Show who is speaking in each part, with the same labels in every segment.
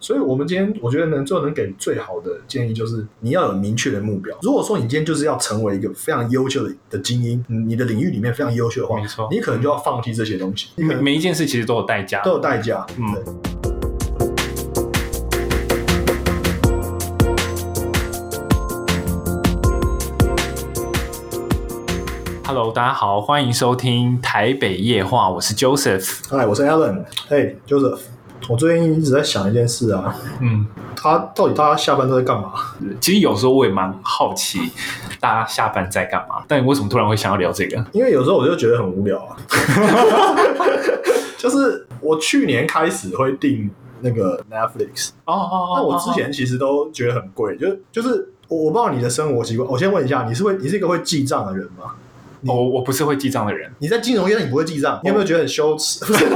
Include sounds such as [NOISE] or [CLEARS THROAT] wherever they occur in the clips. Speaker 1: 所以，我们今天我觉得能最后能给最好的建议就是，你要有明确的目标。如果说你今天就是要成为一个非常优秀的的精英，嗯你的领域里面非常优秀的话
Speaker 2: 没错，
Speaker 1: 你可能就要放弃这些东西，你可
Speaker 2: 每
Speaker 1: 能
Speaker 2: 每一件事其实都有代价，
Speaker 1: 都有代价。
Speaker 2: 嗯
Speaker 1: 对，
Speaker 2: Hello，大家好，欢迎收听台北夜话，我是 Joseph。
Speaker 1: 嗨，我是 Alan，嘿，Joseph，我最近一直在想一件事啊，
Speaker 2: 嗯，
Speaker 1: 他到底大家下班都在干嘛？
Speaker 2: 其实有时候我也蛮好奇大家下班在干嘛，但你为什么突然会想要聊这个？
Speaker 1: 因为有时候我就觉得很无聊啊。 [LAUGHS] 就是我去年开始会订那个 Netflix，
Speaker 2: 哦哦哦
Speaker 1: 那我之前其实都觉得很贵，就就是我我不知道你的生活习惯，我先问一下，你是会你是一个会记账的人吗？
Speaker 2: 哦我我不是会记账的人，
Speaker 1: 你在金融业你不会记
Speaker 2: 哦
Speaker 1: 账，你有没有觉得很羞耻？
Speaker 2: [LAUGHS]
Speaker 1: 不是，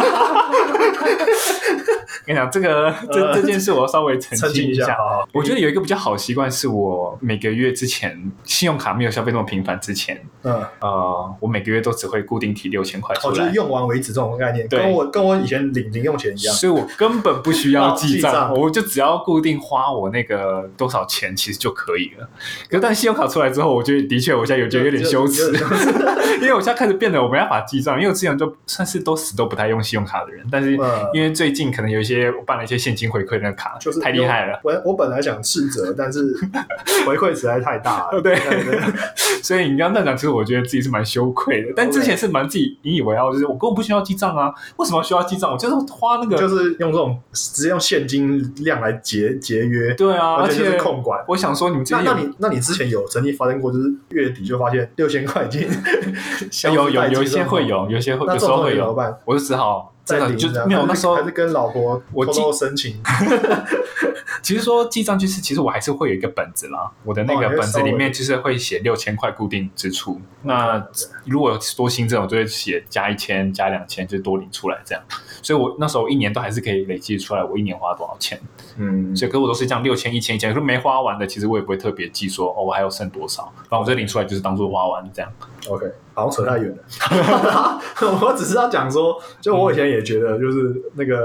Speaker 2: 跟你讲这个这
Speaker 1: 呃
Speaker 2: 这件事，我要稍微
Speaker 1: [LAUGHS]
Speaker 2: 澄
Speaker 1: 澄清
Speaker 2: 清
Speaker 1: 一
Speaker 2: 一
Speaker 1: 下，
Speaker 2: 下。哦
Speaker 1: 好好
Speaker 2: 我觉得有一个比较好的习惯，是我每个月之前信用卡没有消费那么频繁之前，
Speaker 1: 嗯，
Speaker 2: 呃，我每个月都只会固定提六千块出
Speaker 1: 哦，就是
Speaker 2: 来，
Speaker 1: 用完为止这种概念，
Speaker 2: 对
Speaker 1: 跟我跟我以前领零用钱一样。
Speaker 2: 所以我根本不需
Speaker 1: 要
Speaker 2: 要
Speaker 1: [LAUGHS] 记
Speaker 2: 记
Speaker 1: 账
Speaker 2: 账，我就只要固定花我那个多少钱，其实就可以了。可是但信用卡出来之后，我觉得的确，我现在有觉得有点羞耻
Speaker 1: 有，点
Speaker 2: [LAUGHS] 因为我现在开始变得我没办法记账，因为我之前就算是都死都不太用信用卡的人，但 [LAUGHS] 是
Speaker 1: 嗯
Speaker 2: 因为最近可能有一些我办了一些现金回馈那个卡，
Speaker 1: 就是
Speaker 2: 太厉害了。
Speaker 1: 我我本来想斥责，但
Speaker 2: [LAUGHS]
Speaker 1: 是回馈实在太大了。
Speaker 2: 哦对
Speaker 1: 对，
Speaker 2: 所以你刚刚那样讲，其实我觉得自己是蛮羞愧的，但之前是蛮自己引以为啊傲，就是我根本不需要记账啊，为什么要需要记账？我就是花那个，
Speaker 1: 就是用这种直接用现金量来节节约，
Speaker 2: 对啊，而
Speaker 1: 完全就
Speaker 2: 且
Speaker 1: 是控管。
Speaker 2: 我想说，你们之
Speaker 1: 那
Speaker 2: 前
Speaker 1: 那
Speaker 2: 有
Speaker 1: 你那你之前有曾经发生过，就是月底就发现六千块已经 [LAUGHS] 消
Speaker 2: 哎有
Speaker 1: 费
Speaker 2: 有
Speaker 1: 殆尽
Speaker 2: 有一些
Speaker 1: 状况
Speaker 2: 会，有，有一些会
Speaker 1: 那
Speaker 2: 有
Speaker 1: 这
Speaker 2: 时
Speaker 1: 种
Speaker 2: 候
Speaker 1: 东西
Speaker 2: 会
Speaker 1: 怎么
Speaker 2: 有，
Speaker 1: 办？
Speaker 2: 我就只好真
Speaker 1: 再
Speaker 2: 的
Speaker 1: 领
Speaker 2: 就
Speaker 1: 这样
Speaker 2: 没有
Speaker 1: 还是
Speaker 2: 那时候
Speaker 1: 还是跟老婆
Speaker 2: 我
Speaker 1: 偷
Speaker 2: 记
Speaker 1: 偷申
Speaker 2: [LAUGHS]
Speaker 1: 请，
Speaker 2: 其实说记账就是，其实我还是会有一个本子啦，我的那
Speaker 1: 哦
Speaker 2: 个
Speaker 1: 你会
Speaker 2: 本子里
Speaker 1: 稍
Speaker 2: 面就是会写六千块固定支出。那如果有多新增，我就会写加一千、加两千，就多领出来这样。所以我那时候一年都还是可以累积出来，我一年花多少钱。
Speaker 1: 嗯
Speaker 2: 所以，可是我都是这样六千、一千、一千，可是没花完的，其实我也不会特别记说哦，我还有剩多少，然后我就领出来，就是当做花完这样。 [LAUGHS]
Speaker 1: OK，好像扯太远了。我只是要讲说，就我以前也觉得，就是那个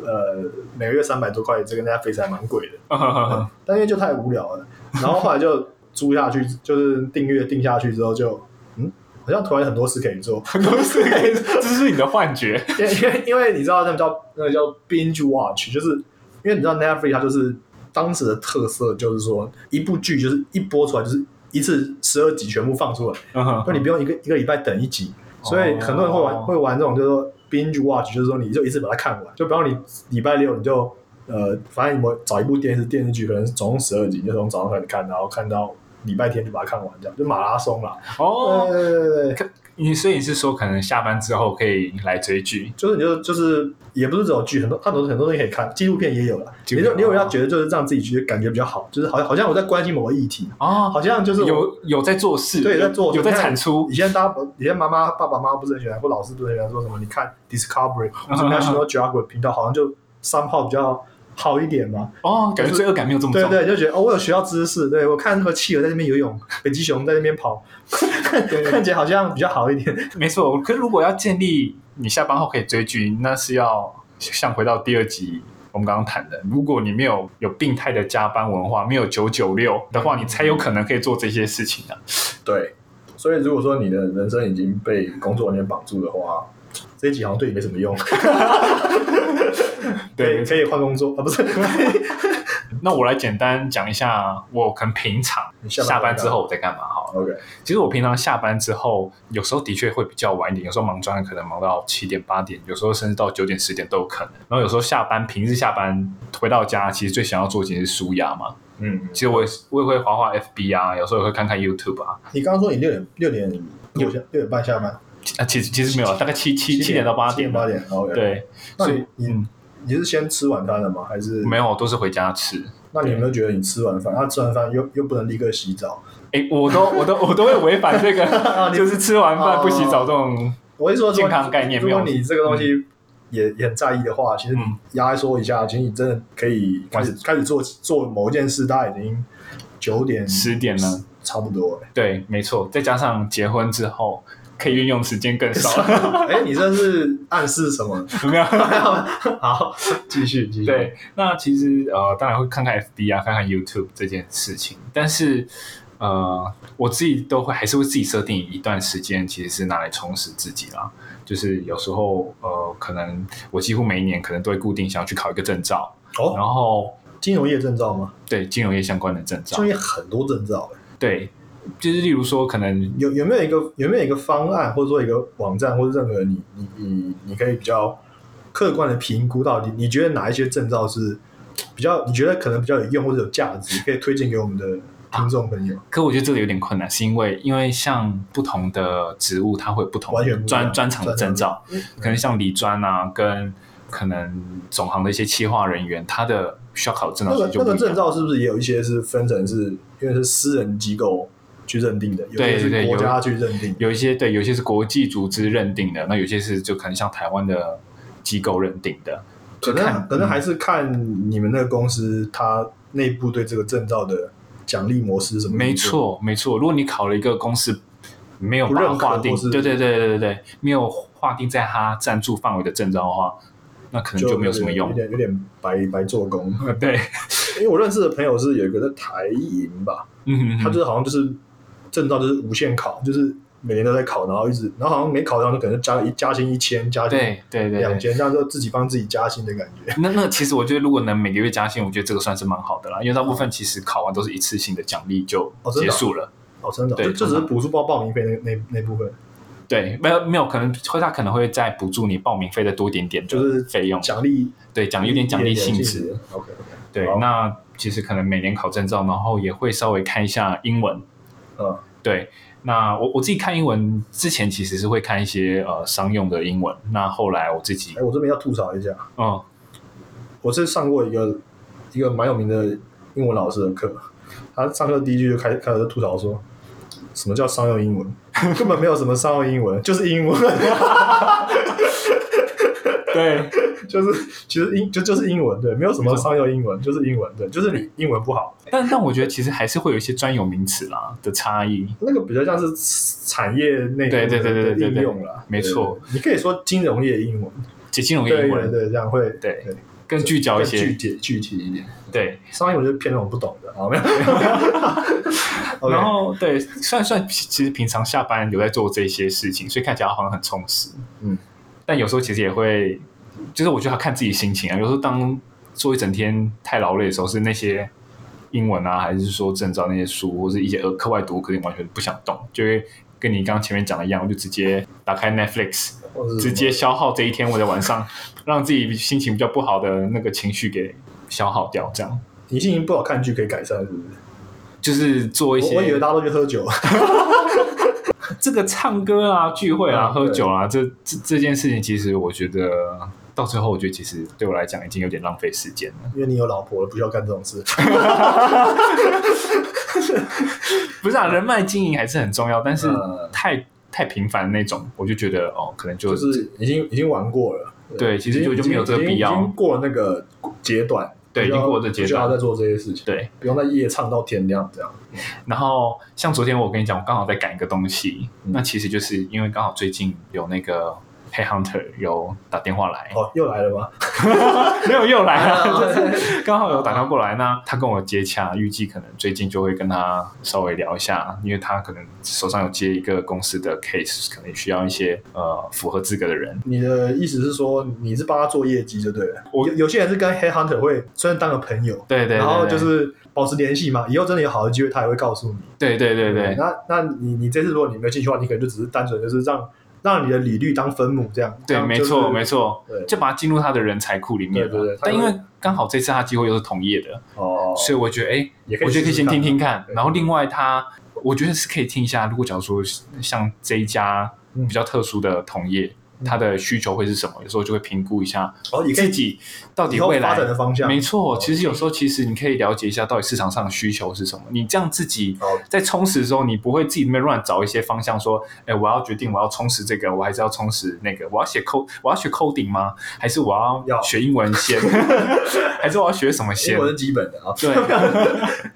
Speaker 1: 呃，每个月三百多块，这个 Netflix 还蛮贵的，但因为就太无聊
Speaker 2: [LAUGHS]
Speaker 1: 了，然后后来就租下去，就是订阅订下去之后就，嗯，好像突然很多事可以做，
Speaker 2: 很多事可以，这是你的幻觉。 [LAUGHS]
Speaker 1: 因 [LAUGHS] 为因为因为你知道那个叫那个叫 binge watch，就是因为你知道 Netflix 它就是当时的特色，就是说一部剧就是一播出来就是一次十二集全部放出来，
Speaker 2: 嗯
Speaker 1: 那你不用一个一个礼拜等一集，所以很多人会玩、
Speaker 2: 哦
Speaker 1: 会玩这种就是说 binge watch，就是说你就一次把它看完，就比方你礼拜六你就呃，反正你们找一部电视电视剧，可能总共十二集，你就从早上开始看，然后看到礼拜天就把它看完，这样就马拉松啦。
Speaker 2: 哦，
Speaker 1: 对对对对，
Speaker 2: 你所以你是说，可能下班之后可以来追剧？
Speaker 1: 就是你就就是也不是只有剧，很多很多很多东西可以看，纪录片也有了。
Speaker 2: 纪
Speaker 1: 你
Speaker 2: 录
Speaker 1: 就
Speaker 2: 片
Speaker 1: 你有要觉得就是让自己觉得感觉比较好，就是好像好像我在关心某个议题，
Speaker 2: 哦，
Speaker 1: 好像就是我
Speaker 2: 有有在做事，
Speaker 1: 对
Speaker 2: 有
Speaker 1: 在做事
Speaker 2: 有在产出
Speaker 1: 以前大家不以前妈妈、爸爸妈妈不是很喜欢，或老师不是很喜欢说什么？你看 Discovery 或者 National Geographic 频道，好像就三炮比较好一点嘛。
Speaker 2: 哦，感觉罪恶感没有这么
Speaker 1: 对
Speaker 2: 重，
Speaker 1: 对，就觉得哦，我有学到知识，对我看那个企鹅在那边游泳，北极熊在那边跑， [LAUGHS] 看起来好像比较好一点。
Speaker 2: 没错。可是如果要建立你下班后可以追剧，那是要像回到第二集我们刚刚谈的，如果你没有有病态的加班文化，没有九九六的话，你才有可能可以做这些事情啊。
Speaker 1: 对，所以如果说你的人生已经被工作完全绑住的话，这一集好像对你没什么用。
Speaker 2: 对
Speaker 1: 对，可以换工作啊，不
Speaker 2: [LAUGHS]
Speaker 1: 是？
Speaker 2: 那我来简单讲一下，我可能平常
Speaker 1: 你下班
Speaker 2: 下班之后我在干嘛好了。
Speaker 1: OK，
Speaker 2: 其实我平常下班之后，有时候的确会比较晚一点，有时候忙专案可能忙到七点八点，有时候甚至到九点十点都有可能。然后有时候下班，平日下班回到家，其实最想要做的其实是舒压嘛。
Speaker 1: 嗯，
Speaker 2: 其实我也是我也会滑滑 FB 啊，有时候也会看看 YouTube 啊。
Speaker 1: 你刚刚说你六点六点六点六点半下班，
Speaker 2: 啊，其实其实没有，大概七七七点到八
Speaker 1: 七点
Speaker 2: 点
Speaker 1: 八
Speaker 2: 吧。
Speaker 1: 点，OK。，
Speaker 2: 对，
Speaker 1: 那
Speaker 2: 所
Speaker 1: 你
Speaker 2: 以
Speaker 1: 你
Speaker 2: 嗯
Speaker 1: 你是先吃晚餐了吗？还是
Speaker 2: 没？有，都是回家吃。
Speaker 1: 那你有没有觉得你吃完饭，他吃完饭又又不能立刻洗澡？
Speaker 2: 哎，我都我都 [LAUGHS] 我都会违反这
Speaker 1: 啊
Speaker 2: 个，
Speaker 1: 你
Speaker 2: [LAUGHS] 就是吃完饭不洗澡这种。
Speaker 1: 我是说，
Speaker 2: 健康概念
Speaker 1: 如果
Speaker 2: 没有
Speaker 1: 你这个东西也也很在意的话，其实你
Speaker 2: 嗯
Speaker 1: 压缩一下，其实你真的可以开始开始做做某一件事，大概已经九点
Speaker 2: 10点了，
Speaker 1: 差不多了。
Speaker 2: 对，没错。再加上结婚之后，可以运用时间更 [LAUGHS] 少。
Speaker 1: 哎，你这是暗示什
Speaker 2: [LAUGHS]
Speaker 1: 么？
Speaker 2: 怎么样？
Speaker 1: 好，继续继续。
Speaker 2: 对，那其实呃，当然会看看 FB 啊，看看 YouTube 这件事情，但是呃，我自己都会还是会自己设定一段时间，其实是拿来充实自己啦。就是有时候呃，可能我几乎每一年可能都会固定想要去考一个证照，
Speaker 1: 哦，
Speaker 2: 然后
Speaker 1: 金融业证照吗？
Speaker 2: 对金融业相关的证照
Speaker 1: 金，融业很多证照，哎
Speaker 2: 对，就是例如说可能
Speaker 1: 有有没有一个有没有一个方案，或者说一个网站，或者任何你你你你可以比较客观的评估到你你觉得哪一些证照是比较你觉得可能比较有用或者有价值，可以推荐给我们的听众朋友。
Speaker 2: 可我觉得这个有点困难，是因为因为像不同的职务，它会有不同
Speaker 1: 完全不一样
Speaker 2: 专专长的证照，可能像理专啊，跟可能总行的一些企划人员，他的需要考的证照
Speaker 1: 那
Speaker 2: 其
Speaker 1: 个
Speaker 2: 实就
Speaker 1: 那
Speaker 2: 不
Speaker 1: 个
Speaker 2: 一
Speaker 1: 证
Speaker 2: 样。
Speaker 1: 照是不是也有一些是分成是因为是私人机构去认定的，有
Speaker 2: 对
Speaker 1: 些
Speaker 2: 对
Speaker 1: 是国
Speaker 2: 有
Speaker 1: 家去认定的。
Speaker 2: 有一些对，有一些是国际组织认定的，那有些是就可能像台湾的机构认定的，
Speaker 1: 可
Speaker 2: 就
Speaker 1: 能
Speaker 2: 看嗯
Speaker 1: 可能还是看你们那个公司它内部对这个证照的奖励模式是什么。
Speaker 2: 没，错，没错。如果你考了一个公司没有
Speaker 1: 嗯不
Speaker 2: 把它
Speaker 1: 认可
Speaker 2: 划定，
Speaker 1: 或是
Speaker 2: 对对对对对对，没有划定在它赞助范围的证照的话，那可能就没有什么用
Speaker 1: 有。点有点白白做工。 [LAUGHS]
Speaker 2: [LAUGHS] 对，
Speaker 1: 因为我认识的朋友是有一个在台银吧，
Speaker 2: 嗯，
Speaker 1: 他就是好像就是证照就是无限考，就是每年都在考，然后一直，然后好像没考上就可能加一加薪一千，加薪
Speaker 2: 对对对
Speaker 1: 两
Speaker 2: 对。
Speaker 1: 千，这样就自己帮自己加薪的感觉。
Speaker 2: 那那其实我觉得，如果能每个月加薪，我觉得这个算是蛮好的啦，因为大部分其实考完都是一次性的奖励就
Speaker 1: 哦真
Speaker 2: 结
Speaker 1: 的啊
Speaker 2: 束了。
Speaker 1: 哦，真的哦，
Speaker 2: 对
Speaker 1: 就就只是补助报报名费那那那部分，
Speaker 2: 对，没有没有，可能会他可能会再补助你报名费的多一点点的
Speaker 1: 就是
Speaker 2: 费用，
Speaker 1: 奖励
Speaker 2: 对，奖有点奖励性质。。
Speaker 1: OK OK，
Speaker 2: 对
Speaker 1: 好，
Speaker 2: 那其实可能每年考证照，然后也会稍微看一下英文。
Speaker 1: 嗯，
Speaker 2: 对，那我我自己看英文之前其实是会看一些呃商用的英文，那后来我自己
Speaker 1: 哎，我这边要吐槽一下，
Speaker 2: 嗯，
Speaker 1: 我是上过一个一个蛮有名的英文老师的课，他上课第一句就开开始吐槽说，什么叫商用英文？ [LAUGHS] 根本没有什么商用英文，就是英文， [LAUGHS]
Speaker 2: 对，
Speaker 1: 就是其实英就就是英文，对，没有什么
Speaker 2: 没错
Speaker 1: 商用英文，就是英文，对，就是你英文不好，
Speaker 2: 但但我觉得其实还是会有一些专有名词啦的差异。
Speaker 1: 那个比较像是产业内
Speaker 2: 对对对对对对
Speaker 1: 应用啦，
Speaker 2: 没错
Speaker 1: 对，你可以说金融业英文，
Speaker 2: 解金融
Speaker 1: 对
Speaker 2: 英
Speaker 1: 对
Speaker 2: 文
Speaker 1: 对，这样会
Speaker 2: 对更聚焦一
Speaker 1: 更具
Speaker 2: 些，
Speaker 1: 体具体一点，
Speaker 2: 对，
Speaker 1: 商业我就偏那种不懂的，好哦
Speaker 2: [LAUGHS]
Speaker 1: 没有，OK
Speaker 2: 然后对，算算其其实平常下班有在做这些事情，所以看起来好像很充实，
Speaker 1: 嗯，
Speaker 2: 但有时候其实也会，就是我觉得要看自己心情啊，有时候当做一整天太劳累的时候，是那些英文啊，还是说证照那些书，或是一些额课外读物，可能完全不想动，就会跟你刚刚前面讲的一样，我就直接打开 Netflix，
Speaker 1: 或者是什么
Speaker 2: 直接消耗这一天我的晚上， [LAUGHS] 让自己心情比较不好的那个情绪给消耗掉，这样。
Speaker 1: 你心情不好看剧可以改善，是不是？
Speaker 2: 就是做一些
Speaker 1: 我我以为大家都去喝酒，
Speaker 2: 这个唱歌啊、聚会啊、
Speaker 1: 嗯
Speaker 2: 喝酒啊，这这这件事情，其实我觉得到最后，我觉得其实对我来讲已经有点浪费时间了。
Speaker 1: [LAUGHS] 因为你有老婆了，不需要干这种事。
Speaker 2: 不是啊，人脉经营还是很重要，但是
Speaker 1: 嗯
Speaker 2: 太、太频繁那种，我就觉得哦，可能就、
Speaker 1: 就是已经已经玩过了，
Speaker 2: 对其实就
Speaker 1: 已经
Speaker 2: 就没有这个必要
Speaker 1: 已经已经过了那个阶段，
Speaker 2: 对
Speaker 1: 不需要
Speaker 2: 已经过了这阶段
Speaker 1: 不需要再做这些事情，
Speaker 2: 对。
Speaker 1: 不用再夜唱到天亮这样。
Speaker 2: 然后像昨天我跟你讲，我刚好在赶一个东西，
Speaker 1: 嗯
Speaker 2: 那其实就是因为刚好最近有那个 Hey Hunter 有打电话来，
Speaker 1: 哦，又来了吗？
Speaker 2: [LAUGHS] 没有又来了，
Speaker 1: [LAUGHS] 啊
Speaker 2: 就是 [LAUGHS] 刚好有打电话过来，那他跟我接洽，预计可能最近就会跟他稍微聊一下，因为他可能手上有接一个公司的 case，可能需要一些呃符合资格的人。
Speaker 1: 你的意思是说你是帮他做业绩就对了？
Speaker 2: 我
Speaker 1: 有有些人是跟 Head Hunter 会虽然当个朋友，
Speaker 2: 对对对
Speaker 1: 然后就
Speaker 2: 对
Speaker 1: 是保持联系嘛，以后真的有好的机会他也会告诉你。
Speaker 2: 对对对对，
Speaker 1: 那那你你这次如果你没有进去的话，你可能就只是单纯就是让让你的履历当分母这样。这
Speaker 2: 对，
Speaker 1: 样
Speaker 2: 没
Speaker 1: 就是
Speaker 2: 错没错
Speaker 1: 对，
Speaker 2: 就把它进入他的人才库里
Speaker 1: 对
Speaker 2: 面
Speaker 1: 对对
Speaker 2: 了。
Speaker 1: 他
Speaker 2: 但因
Speaker 1: 会
Speaker 2: 为刚好这次他机会又是同业的，
Speaker 1: 哦，
Speaker 2: 所以我觉得哎，
Speaker 1: 也可以
Speaker 2: 我觉得可以
Speaker 1: 试
Speaker 2: 先
Speaker 1: 试看啊
Speaker 2: 听听看。
Speaker 1: 对
Speaker 2: 然后另外他，我觉得是可以听一下，如果假如说像这一家比较特殊的同业。
Speaker 1: 嗯
Speaker 2: 他的需求会是什么？有时候就会评估一下，
Speaker 1: 哦，也可以
Speaker 2: 自己到底
Speaker 1: 以后
Speaker 2: 未
Speaker 1: 发
Speaker 2: 来
Speaker 1: 展的方向，
Speaker 2: 没错，其实有时候其实你可以了解一下到底市场上的需求是什么。你这样自己
Speaker 1: 哦
Speaker 2: 在充实的时候，你不会自己那边乱找一些方向，说，哎，我要决定我要充实这个，我还是要充实那个，我要写 code，我要学 coding 吗？还是我要
Speaker 1: 要
Speaker 2: 学英
Speaker 1: [LAUGHS]
Speaker 2: 文先？还是我要学什么
Speaker 1: 英
Speaker 2: 先？
Speaker 1: 文是基本的 [LAUGHS] 啊。
Speaker 2: 对，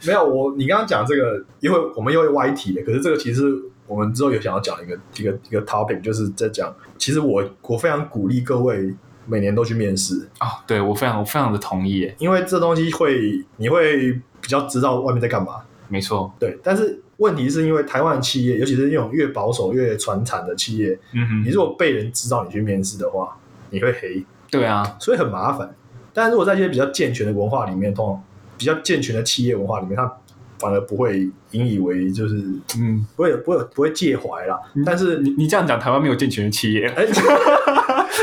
Speaker 1: 没有我，你刚刚讲这个，因为我们又会歪题的，可是这个其实我们之后有想要讲一个一个一个 topic，就是在讲，其实我我非常鼓励各位每年都去面试，
Speaker 2: 啊，对我非常我非常的同意耶，
Speaker 1: 因为这东西会你会比较知道外面在干嘛。
Speaker 2: 没错，
Speaker 1: 对，但是问题是因为台湾的企业，尤其是那种越保守越传产的企业，
Speaker 2: 嗯
Speaker 1: 你
Speaker 2: 哼，
Speaker 1: 如果被人知道你去面试的话，你会黑，
Speaker 2: 对啊，
Speaker 1: 所以很麻烦。但如果在一些比较健全的文化里面，通常比较健全的企业文化里面，它反而不会引以为就是
Speaker 2: 嗯，
Speaker 1: 不会不会不会介怀啦。但是
Speaker 2: 你你这样讲，台湾没有健全的企业，
Speaker 1: 哎， [LAUGHS] 你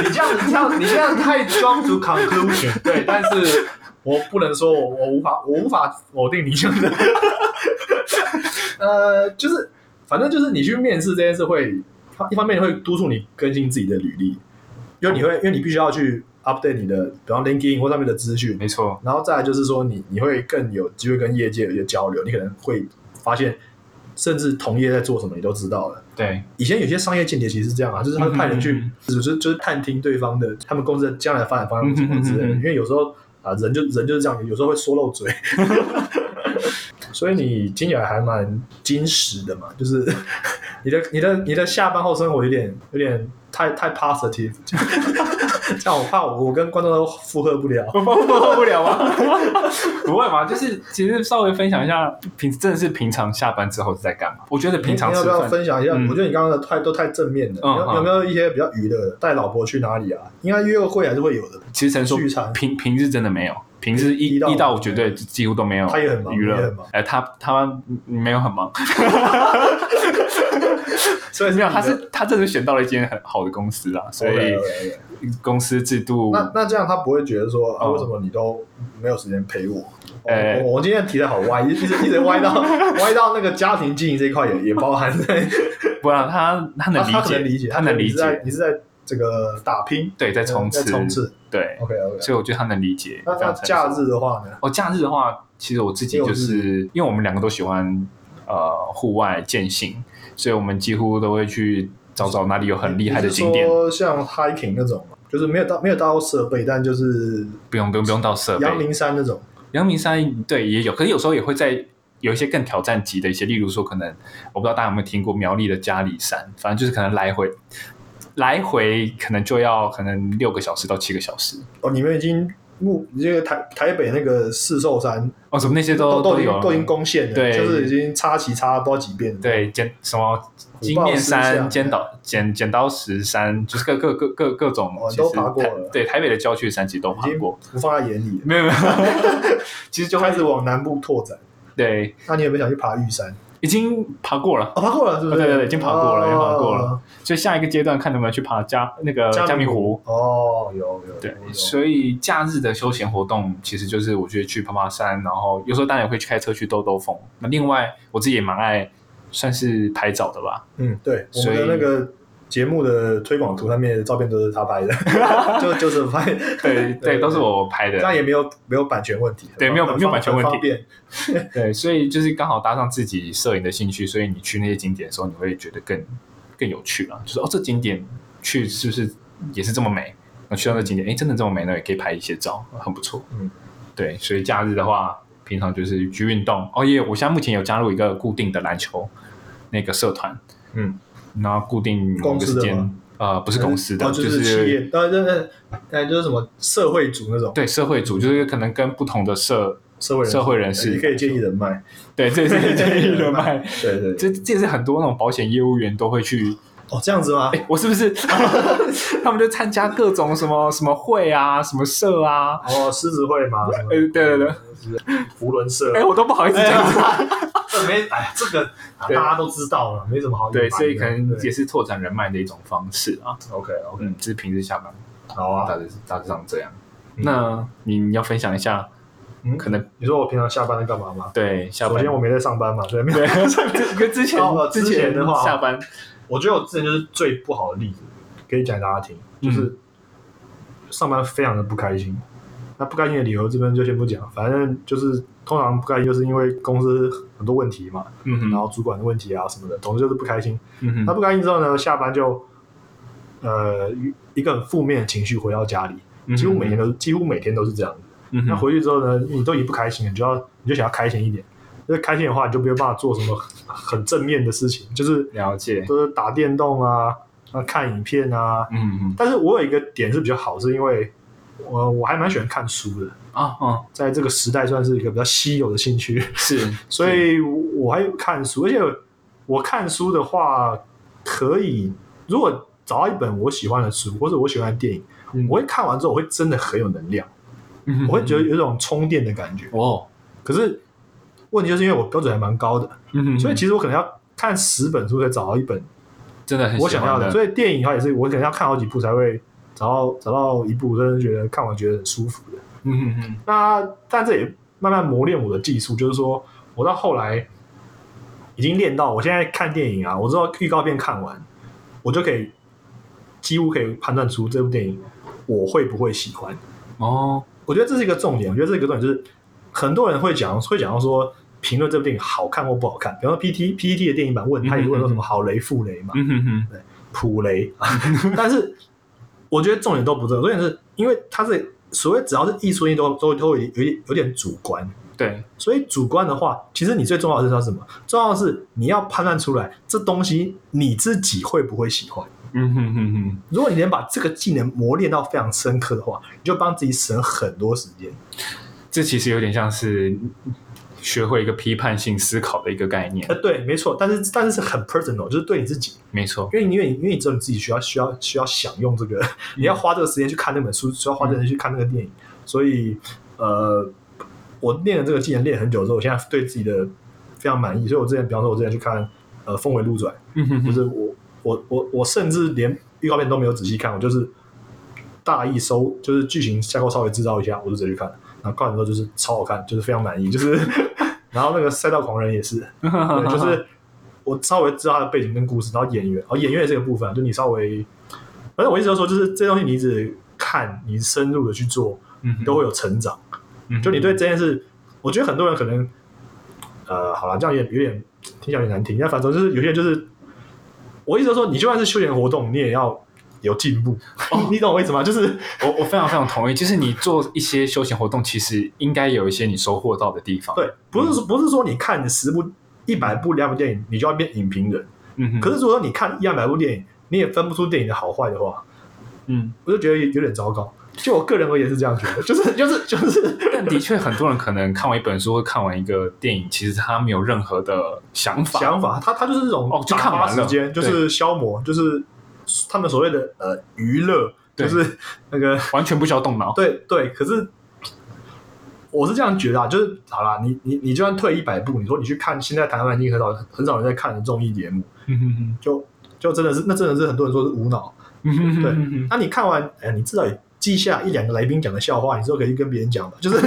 Speaker 1: 这样你这样你这样太 jump to conclusion，对，但是我不能说我我无法我无法否定你讲的， [LAUGHS] 呃，就是反正就是你去面试这件事会，它一方面会督促你更新自己的履历，因为你会因为你必须要去 update 你的，比方 LinkedIn 或上面的资讯，
Speaker 2: 没错，
Speaker 1: 然后再来就是说你，你会更有机会跟业界有一些交流，你可能会发现，甚至同业在做什么你都知道了。
Speaker 2: 对，
Speaker 1: 以前有些商业间谍其实是这样啊，就是他会派人去，
Speaker 2: 嗯嗯
Speaker 1: 就是就是探听对方的他们公司的将来的发展方向什么之类的。
Speaker 2: 嗯嗯嗯
Speaker 1: 因
Speaker 2: 嗯
Speaker 1: 为有时候啊，人就人就是这样，有时候会说漏
Speaker 2: [LAUGHS]
Speaker 1: 嘴，所以你听起来还蛮矜持的嘛，就是 [LAUGHS] 你的你的你的下班后生活有点有点太太 positive，这样我怕我我跟观众都负荷不了。
Speaker 2: 我我我不了啊吗？ [LAUGHS] 不会嘛，就是其实稍微分享一下平，真的是平常下班之后是在干嘛？我觉得平常
Speaker 1: 哎你
Speaker 2: 吃
Speaker 1: 要不要
Speaker 2: 饭，
Speaker 1: 分享一下？
Speaker 2: 嗯
Speaker 1: 我觉得你刚刚的太都太正面了，
Speaker 2: 嗯
Speaker 1: 有
Speaker 2: 好
Speaker 1: 有没有一些比较娱乐的？带老婆去哪里啊？应该约个会还是会有的。
Speaker 2: 其实陈说
Speaker 1: 聚餐
Speaker 2: 平平日真的没有，平日一
Speaker 1: 一到五
Speaker 2: 一到五绝对几乎都没有，
Speaker 1: 他也很忙
Speaker 2: 娱
Speaker 1: 你也
Speaker 2: 乐
Speaker 1: 很忙，
Speaker 2: 哎，他他没有
Speaker 1: [LAUGHS]
Speaker 2: 很忙，
Speaker 1: 所以
Speaker 2: 没有，
Speaker 1: 你
Speaker 2: 他
Speaker 1: 的
Speaker 2: 是他真的选到了一间很好的公司啊，所以
Speaker 1: OK，OK，OK
Speaker 2: 公司制度
Speaker 1: 那那这样他不会觉得说啊，
Speaker 2: 哦
Speaker 1: 为什么你都没有时间陪我？哦
Speaker 2: 哎
Speaker 1: 我我我今天提的好歪，一直一直一直歪
Speaker 2: [LAUGHS]
Speaker 1: 到歪到那个家庭经营这一块也也包含在，
Speaker 2: 不然他他能
Speaker 1: 啊 [LAUGHS] 他他
Speaker 2: 理
Speaker 1: 可能理
Speaker 2: 解，
Speaker 1: 解，
Speaker 2: 他能理
Speaker 1: 你是在
Speaker 2: 解，
Speaker 1: 你是在这个打拼，
Speaker 2: 对，在冲
Speaker 1: 在
Speaker 2: 刺，
Speaker 1: 冲刺。
Speaker 2: 对，
Speaker 1: OK OK，
Speaker 2: 所以我觉得他能理解。
Speaker 1: 那
Speaker 2: 非
Speaker 1: 那
Speaker 2: 常成熟
Speaker 1: 假日的话呢？
Speaker 2: 哦，假日的话，其实我自己就是因为我们两个都喜欢呃户外健行，所以我们几乎都会去找找哪里有很厉害的景
Speaker 1: 你
Speaker 2: 点
Speaker 1: 是，说像 hiking 那种吗，就是没有到没有到设备，但就是
Speaker 2: 不用不用不用到设备。
Speaker 1: 阳明山那种。
Speaker 2: 阳明山对也有，可是有时候也会在有一些更挑战级的一些，例如说可能我不知道大家有没有听过苗栗的嘉里山，反正就是可能来回来回可能就要可能六个小时到七个小时
Speaker 1: 哦，你们已经目这个台台北那个四兽山
Speaker 2: 哦，什么那些都
Speaker 1: 都已
Speaker 2: 有啊
Speaker 1: 经都已经攻陷了，
Speaker 2: 对
Speaker 1: 就是已经插旗插了多少几遍了。
Speaker 2: 对剪什么金面
Speaker 1: 虎豹
Speaker 2: 山、
Speaker 1: 石
Speaker 2: 尖岛剪剪刀石山，就是各各各各各种
Speaker 1: 哦，
Speaker 2: 其实
Speaker 1: 都爬过
Speaker 2: 台
Speaker 1: 了
Speaker 2: 对，台北的郊区的山其实都
Speaker 1: 已
Speaker 2: 爬
Speaker 1: 经
Speaker 2: 过，
Speaker 1: 不放在眼里了，
Speaker 2: 没有没有， [LAUGHS] 其实
Speaker 1: 就
Speaker 2: 就
Speaker 1: 开
Speaker 2: 开
Speaker 1: 始
Speaker 2: 始
Speaker 1: 往南部拓展。
Speaker 2: 对，
Speaker 1: 那你有没有想去爬玉山？
Speaker 2: 已经爬过了。
Speaker 1: 哦，爬过了是不是？
Speaker 2: 对对对已经爬过了
Speaker 1: 哦
Speaker 2: 已经爬过了。所以下一个阶段看能不能去爬加那个
Speaker 1: 嘉
Speaker 2: 嘉明
Speaker 1: 明
Speaker 2: 湖，
Speaker 1: 哦，有有
Speaker 2: 对
Speaker 1: 有，有
Speaker 2: 所以假日的休闲活动其实就是我觉得去爬爬山，然后有时候当然也会去开车去兜兜风。那另外我自己也蛮爱算是拍照的吧，
Speaker 1: 嗯，对，我
Speaker 2: 所
Speaker 1: 们
Speaker 2: 以
Speaker 1: 的那个节目的推广图上面的照片都是他
Speaker 2: [LAUGHS]
Speaker 1: 拍的，就就是拍， [LAUGHS]
Speaker 2: 对
Speaker 1: 对
Speaker 2: 对，都是我拍
Speaker 1: 这
Speaker 2: 的，
Speaker 1: 样也没有没有版权问题，
Speaker 2: 对没有
Speaker 1: 很方
Speaker 2: 没有版权问
Speaker 1: 很
Speaker 2: 题
Speaker 1: 方便。
Speaker 2: 对，所以就是刚好搭上自己摄影的兴趣，所以你去那些景点的时候，你会觉得更更有趣了，就是哦，这景点去是不是也是这么美？那去到那景点，哎，真的这么美，那也可以拍一些照，很不错。
Speaker 1: 嗯，
Speaker 2: 对，所以假日的话，平常就是去运动。哦耶，我现在目前有加入一个固定的篮球那个社团，
Speaker 1: 嗯，
Speaker 2: 然后固定某
Speaker 1: 公
Speaker 2: 个时
Speaker 1: 司的吗
Speaker 2: 间，呃，不是公司的，
Speaker 1: 哦，就是企业，呃，就是呃，就是什么社会组那种
Speaker 2: 对社会组，就是可能跟不同的社，
Speaker 1: 社会人
Speaker 2: 社会人士
Speaker 1: 你可以建议人脉，
Speaker 2: 对，这
Speaker 1: [LAUGHS]
Speaker 2: 是这一人脉，
Speaker 1: 对对对，
Speaker 2: 这这也是很多那种保险业务员都会去
Speaker 1: 哦，这样子吗？
Speaker 2: 哎我是不
Speaker 1: [LAUGHS]
Speaker 2: 是？他们就参加各种什么什么会啊，什么社啊，
Speaker 1: 哦，狮子会吗？
Speaker 2: 呃，对对对，
Speaker 1: 福伦社
Speaker 2: 哎、，我都不好意思
Speaker 1: 哎
Speaker 2: 讲。
Speaker 1: 这没哎，这个啊
Speaker 2: 对
Speaker 1: 大家都知道了，没什么好隐瞒
Speaker 2: 对，
Speaker 1: 的
Speaker 2: 所以可能也
Speaker 1: 对
Speaker 2: 是拓展人脉的一种方式啊。
Speaker 1: OK OK，
Speaker 2: 嗯，就是平日下班，
Speaker 1: 好啊
Speaker 2: 大。致大致上这样。
Speaker 1: 嗯
Speaker 2: 那你你要分享一下，
Speaker 1: 嗯
Speaker 2: 可能
Speaker 1: 你说我平常下班在干嘛吗？
Speaker 2: 对下
Speaker 1: 首
Speaker 2: 班
Speaker 1: 先我没在上班嘛，所以没有。
Speaker 2: [LAUGHS] 对这跟之前
Speaker 1: 哦之前的话
Speaker 2: 下班
Speaker 1: 我觉得我之前就是最不好的例子，可以讲给大家听，就是上班非常的不开心。那不开心的理由这边就先不讲，反正就是通常不开心就是因为公司很多问题嘛，
Speaker 2: 嗯哼，
Speaker 1: 然后主管的问题啊什么的，总之就是不开心。
Speaker 2: 嗯
Speaker 1: 那
Speaker 2: 哼，
Speaker 1: 不开心之后呢，下班就呃一个很负面的情绪回到家里，
Speaker 2: 嗯哼
Speaker 1: 几乎每天都是几乎每天都是这样子。
Speaker 2: 嗯哼
Speaker 1: 那回去之后呢，你都已经不开心了，你就要你就想要开心一点，就是开心的话，你就没有办法做什么很正面的事情，就是
Speaker 2: 了解，
Speaker 1: 都是打电动啊，啊看影片啊。
Speaker 2: 嗯嗯
Speaker 1: 但是我有一个点是比较好，是因为我我还蛮喜欢看书的，
Speaker 2: 啊嗯，
Speaker 1: 在这个时代算是一个比较稀有的兴趣，
Speaker 2: 是，
Speaker 1: 所以我还看书，而且我看书的话，可以如果找到一本我喜欢的书，或者我喜欢的电影，
Speaker 2: 嗯
Speaker 1: 我会看完之后，我会真的很有能量，
Speaker 2: 嗯
Speaker 1: 我会觉得有一种充电的感觉。
Speaker 2: 哦，
Speaker 1: 可是问题就是因为我标准还蛮高的，
Speaker 2: 嗯
Speaker 1: 所以其实我可能要看十本书才找到一本
Speaker 2: 真的很
Speaker 1: 我想要的。
Speaker 2: 的，
Speaker 1: 所以电影的话也是，我可能要看好几部才会找到找到一部，真的觉得看完觉得很舒服的。
Speaker 2: 嗯嗯嗯，
Speaker 1: 那但这也慢慢磨练我的技术，就是说我到后来已经练到，我现在看电影啊，我知道预告片看完，我就可以几乎可以判断出这部电影我会不会喜欢。
Speaker 2: 哦，
Speaker 1: 我觉得这是一个重点，我觉得这是一个重点就是很多人会讲会讲到说评论这部电影好看或不好看，比方说 P T P T 的电影版问他也问说什么好雷负雷嘛，
Speaker 2: 嗯哼哼，
Speaker 1: 普雷， [LAUGHS] 但是我觉得重点都不对，重点是因为它是所谓只要是艺术性都都都会有点有点主观，
Speaker 2: 对，
Speaker 1: 所以主观的话，其实你最重要的是要什么？重要的是你要判断出来这东西你自己会不会喜欢。
Speaker 2: 嗯哼哼哼，
Speaker 1: 如果你能把这个技能磨练到非常深刻的话，你就帮自己省很多时间。
Speaker 2: 这其实有点像是学会一个批判性思考的一个概念
Speaker 1: 呃，，对，没错，但是但是是很 personal，就是对你自己，
Speaker 2: 没错，
Speaker 1: 因为因为因为你只有你自己需要需要需要享用这个，你要花这个时间去看那本书，需要花这个时间去看那个电影，所以呃，我练了这个技能练很久之后，我现在对自己的非常满意，所以我之前，比方说，我之前去看呃《峰回路转》，
Speaker 2: 嗯哼
Speaker 1: 就
Speaker 2: 哼，
Speaker 1: 是我我我我甚至连预告片都没有仔细看，我就是大意搜，就是剧情架构稍微知道一下，我就直接去看了，然后看完之后就是超好看，就是非常满意，就是 [LAUGHS] 然后那个赛道狂人也
Speaker 2: [LAUGHS]
Speaker 1: 是。对，就是我稍微知道它的背景跟故事，然后演员，哦，演员也是一个部分啊，就你稍微，反正我一直都说，就是这东西你一直看，你深入的去做，
Speaker 2: 嗯哼
Speaker 1: 都会有成长。
Speaker 2: 嗯哼
Speaker 1: 就你对这件事，我觉得很多人可能，呃，好了，这样也有点听起来有点难听，但反正就是有些人就是，我一直都说，你就算是休闲活动，你也要有进步，
Speaker 2: 哦
Speaker 1: [LAUGHS] 你懂我意思吗？就是
Speaker 2: 我我非常非常同意，就是你做一些休闲活动，其实应该有一些你收获到的地方。，
Speaker 1: 对，不
Speaker 2: 嗯
Speaker 1: 是说不是说你看十部、一百部、两部电影，你就要变影评人。
Speaker 2: 嗯哼，
Speaker 1: 可是如果你看一百部电影，你也分不出电影的好坏的话，
Speaker 2: 嗯，
Speaker 1: 我就觉得有点糟糕。就我个人而言是这样觉得，就是就是就是，
Speaker 2: 但的确很多人可能看完一本书或看完一个电影，其实他没有任何的想法。
Speaker 1: 想法，他他就是这种
Speaker 2: 哦就
Speaker 1: 打
Speaker 2: 看
Speaker 1: 发
Speaker 2: 完
Speaker 1: 时
Speaker 2: 了
Speaker 1: 间，就是消磨，就是他们所谓的呃娱乐，就
Speaker 2: 对
Speaker 1: 是那个 [LAUGHS]
Speaker 2: 完全不需要动脑。
Speaker 1: 对对。可是我是这样觉得啊，就是好啦，你你你就算退一百步，你说你去看现在台湾已经很少很少人在看的综艺节目，
Speaker 2: 嗯哼哼
Speaker 1: 就就真的是那真的是很多人说是无脑，
Speaker 2: 嗯哼哼
Speaker 1: 对
Speaker 2: 嗯哼
Speaker 1: 那你看完，哎，你至少也记下一两个来宾讲的笑话，你之后可以去跟别人讲吧，就是。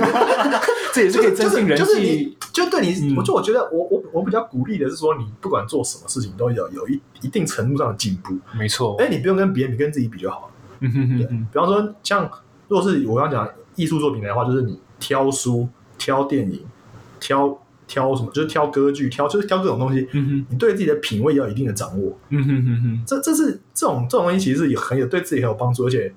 Speaker 2: 这也是可以增进人
Speaker 1: 就是你
Speaker 2: 际。
Speaker 1: 就对你，
Speaker 2: 嗯
Speaker 1: 我就我觉得我我我比较鼓励的是说，你不管做什么事情都有有一一定程度上的进步，
Speaker 2: 没错。
Speaker 1: 哎，你不用跟别人比，跟自己比就好了。
Speaker 2: 嗯哼哼
Speaker 1: 对，
Speaker 2: 嗯
Speaker 1: 比方说像如果是我刚刚讲艺术作品的话，就是你挑书、挑电影、挑挑什么，就是挑歌剧、挑就是挑各种东西，
Speaker 2: 嗯哼
Speaker 1: 你对自己的品味要有一定的掌握。
Speaker 2: 嗯哼哼哼，
Speaker 1: 这这是这种这种东西其实是有很有对自己很有帮助，而且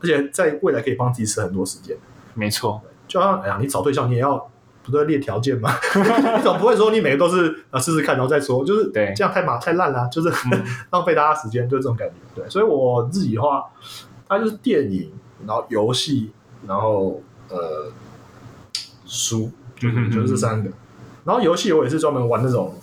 Speaker 1: 而且在未来可以帮自己省很多时间。
Speaker 2: 没错。
Speaker 1: 就好像哎呀，你找对象你也要不是列条件吗？ [LAUGHS] 你总不会说你每个都是啊试试看然后再说，就是
Speaker 2: 对
Speaker 1: 这样太麻太烂了，就是、
Speaker 2: 嗯
Speaker 1: [LAUGHS] 浪费大家时间，就这种感觉。对，所以我自己的话，它就是电影，然后游戏，然后呃书，就
Speaker 2: 嗯
Speaker 1: 是
Speaker 2: 哼
Speaker 1: 就是这三个。然后游戏我也是专门玩那种，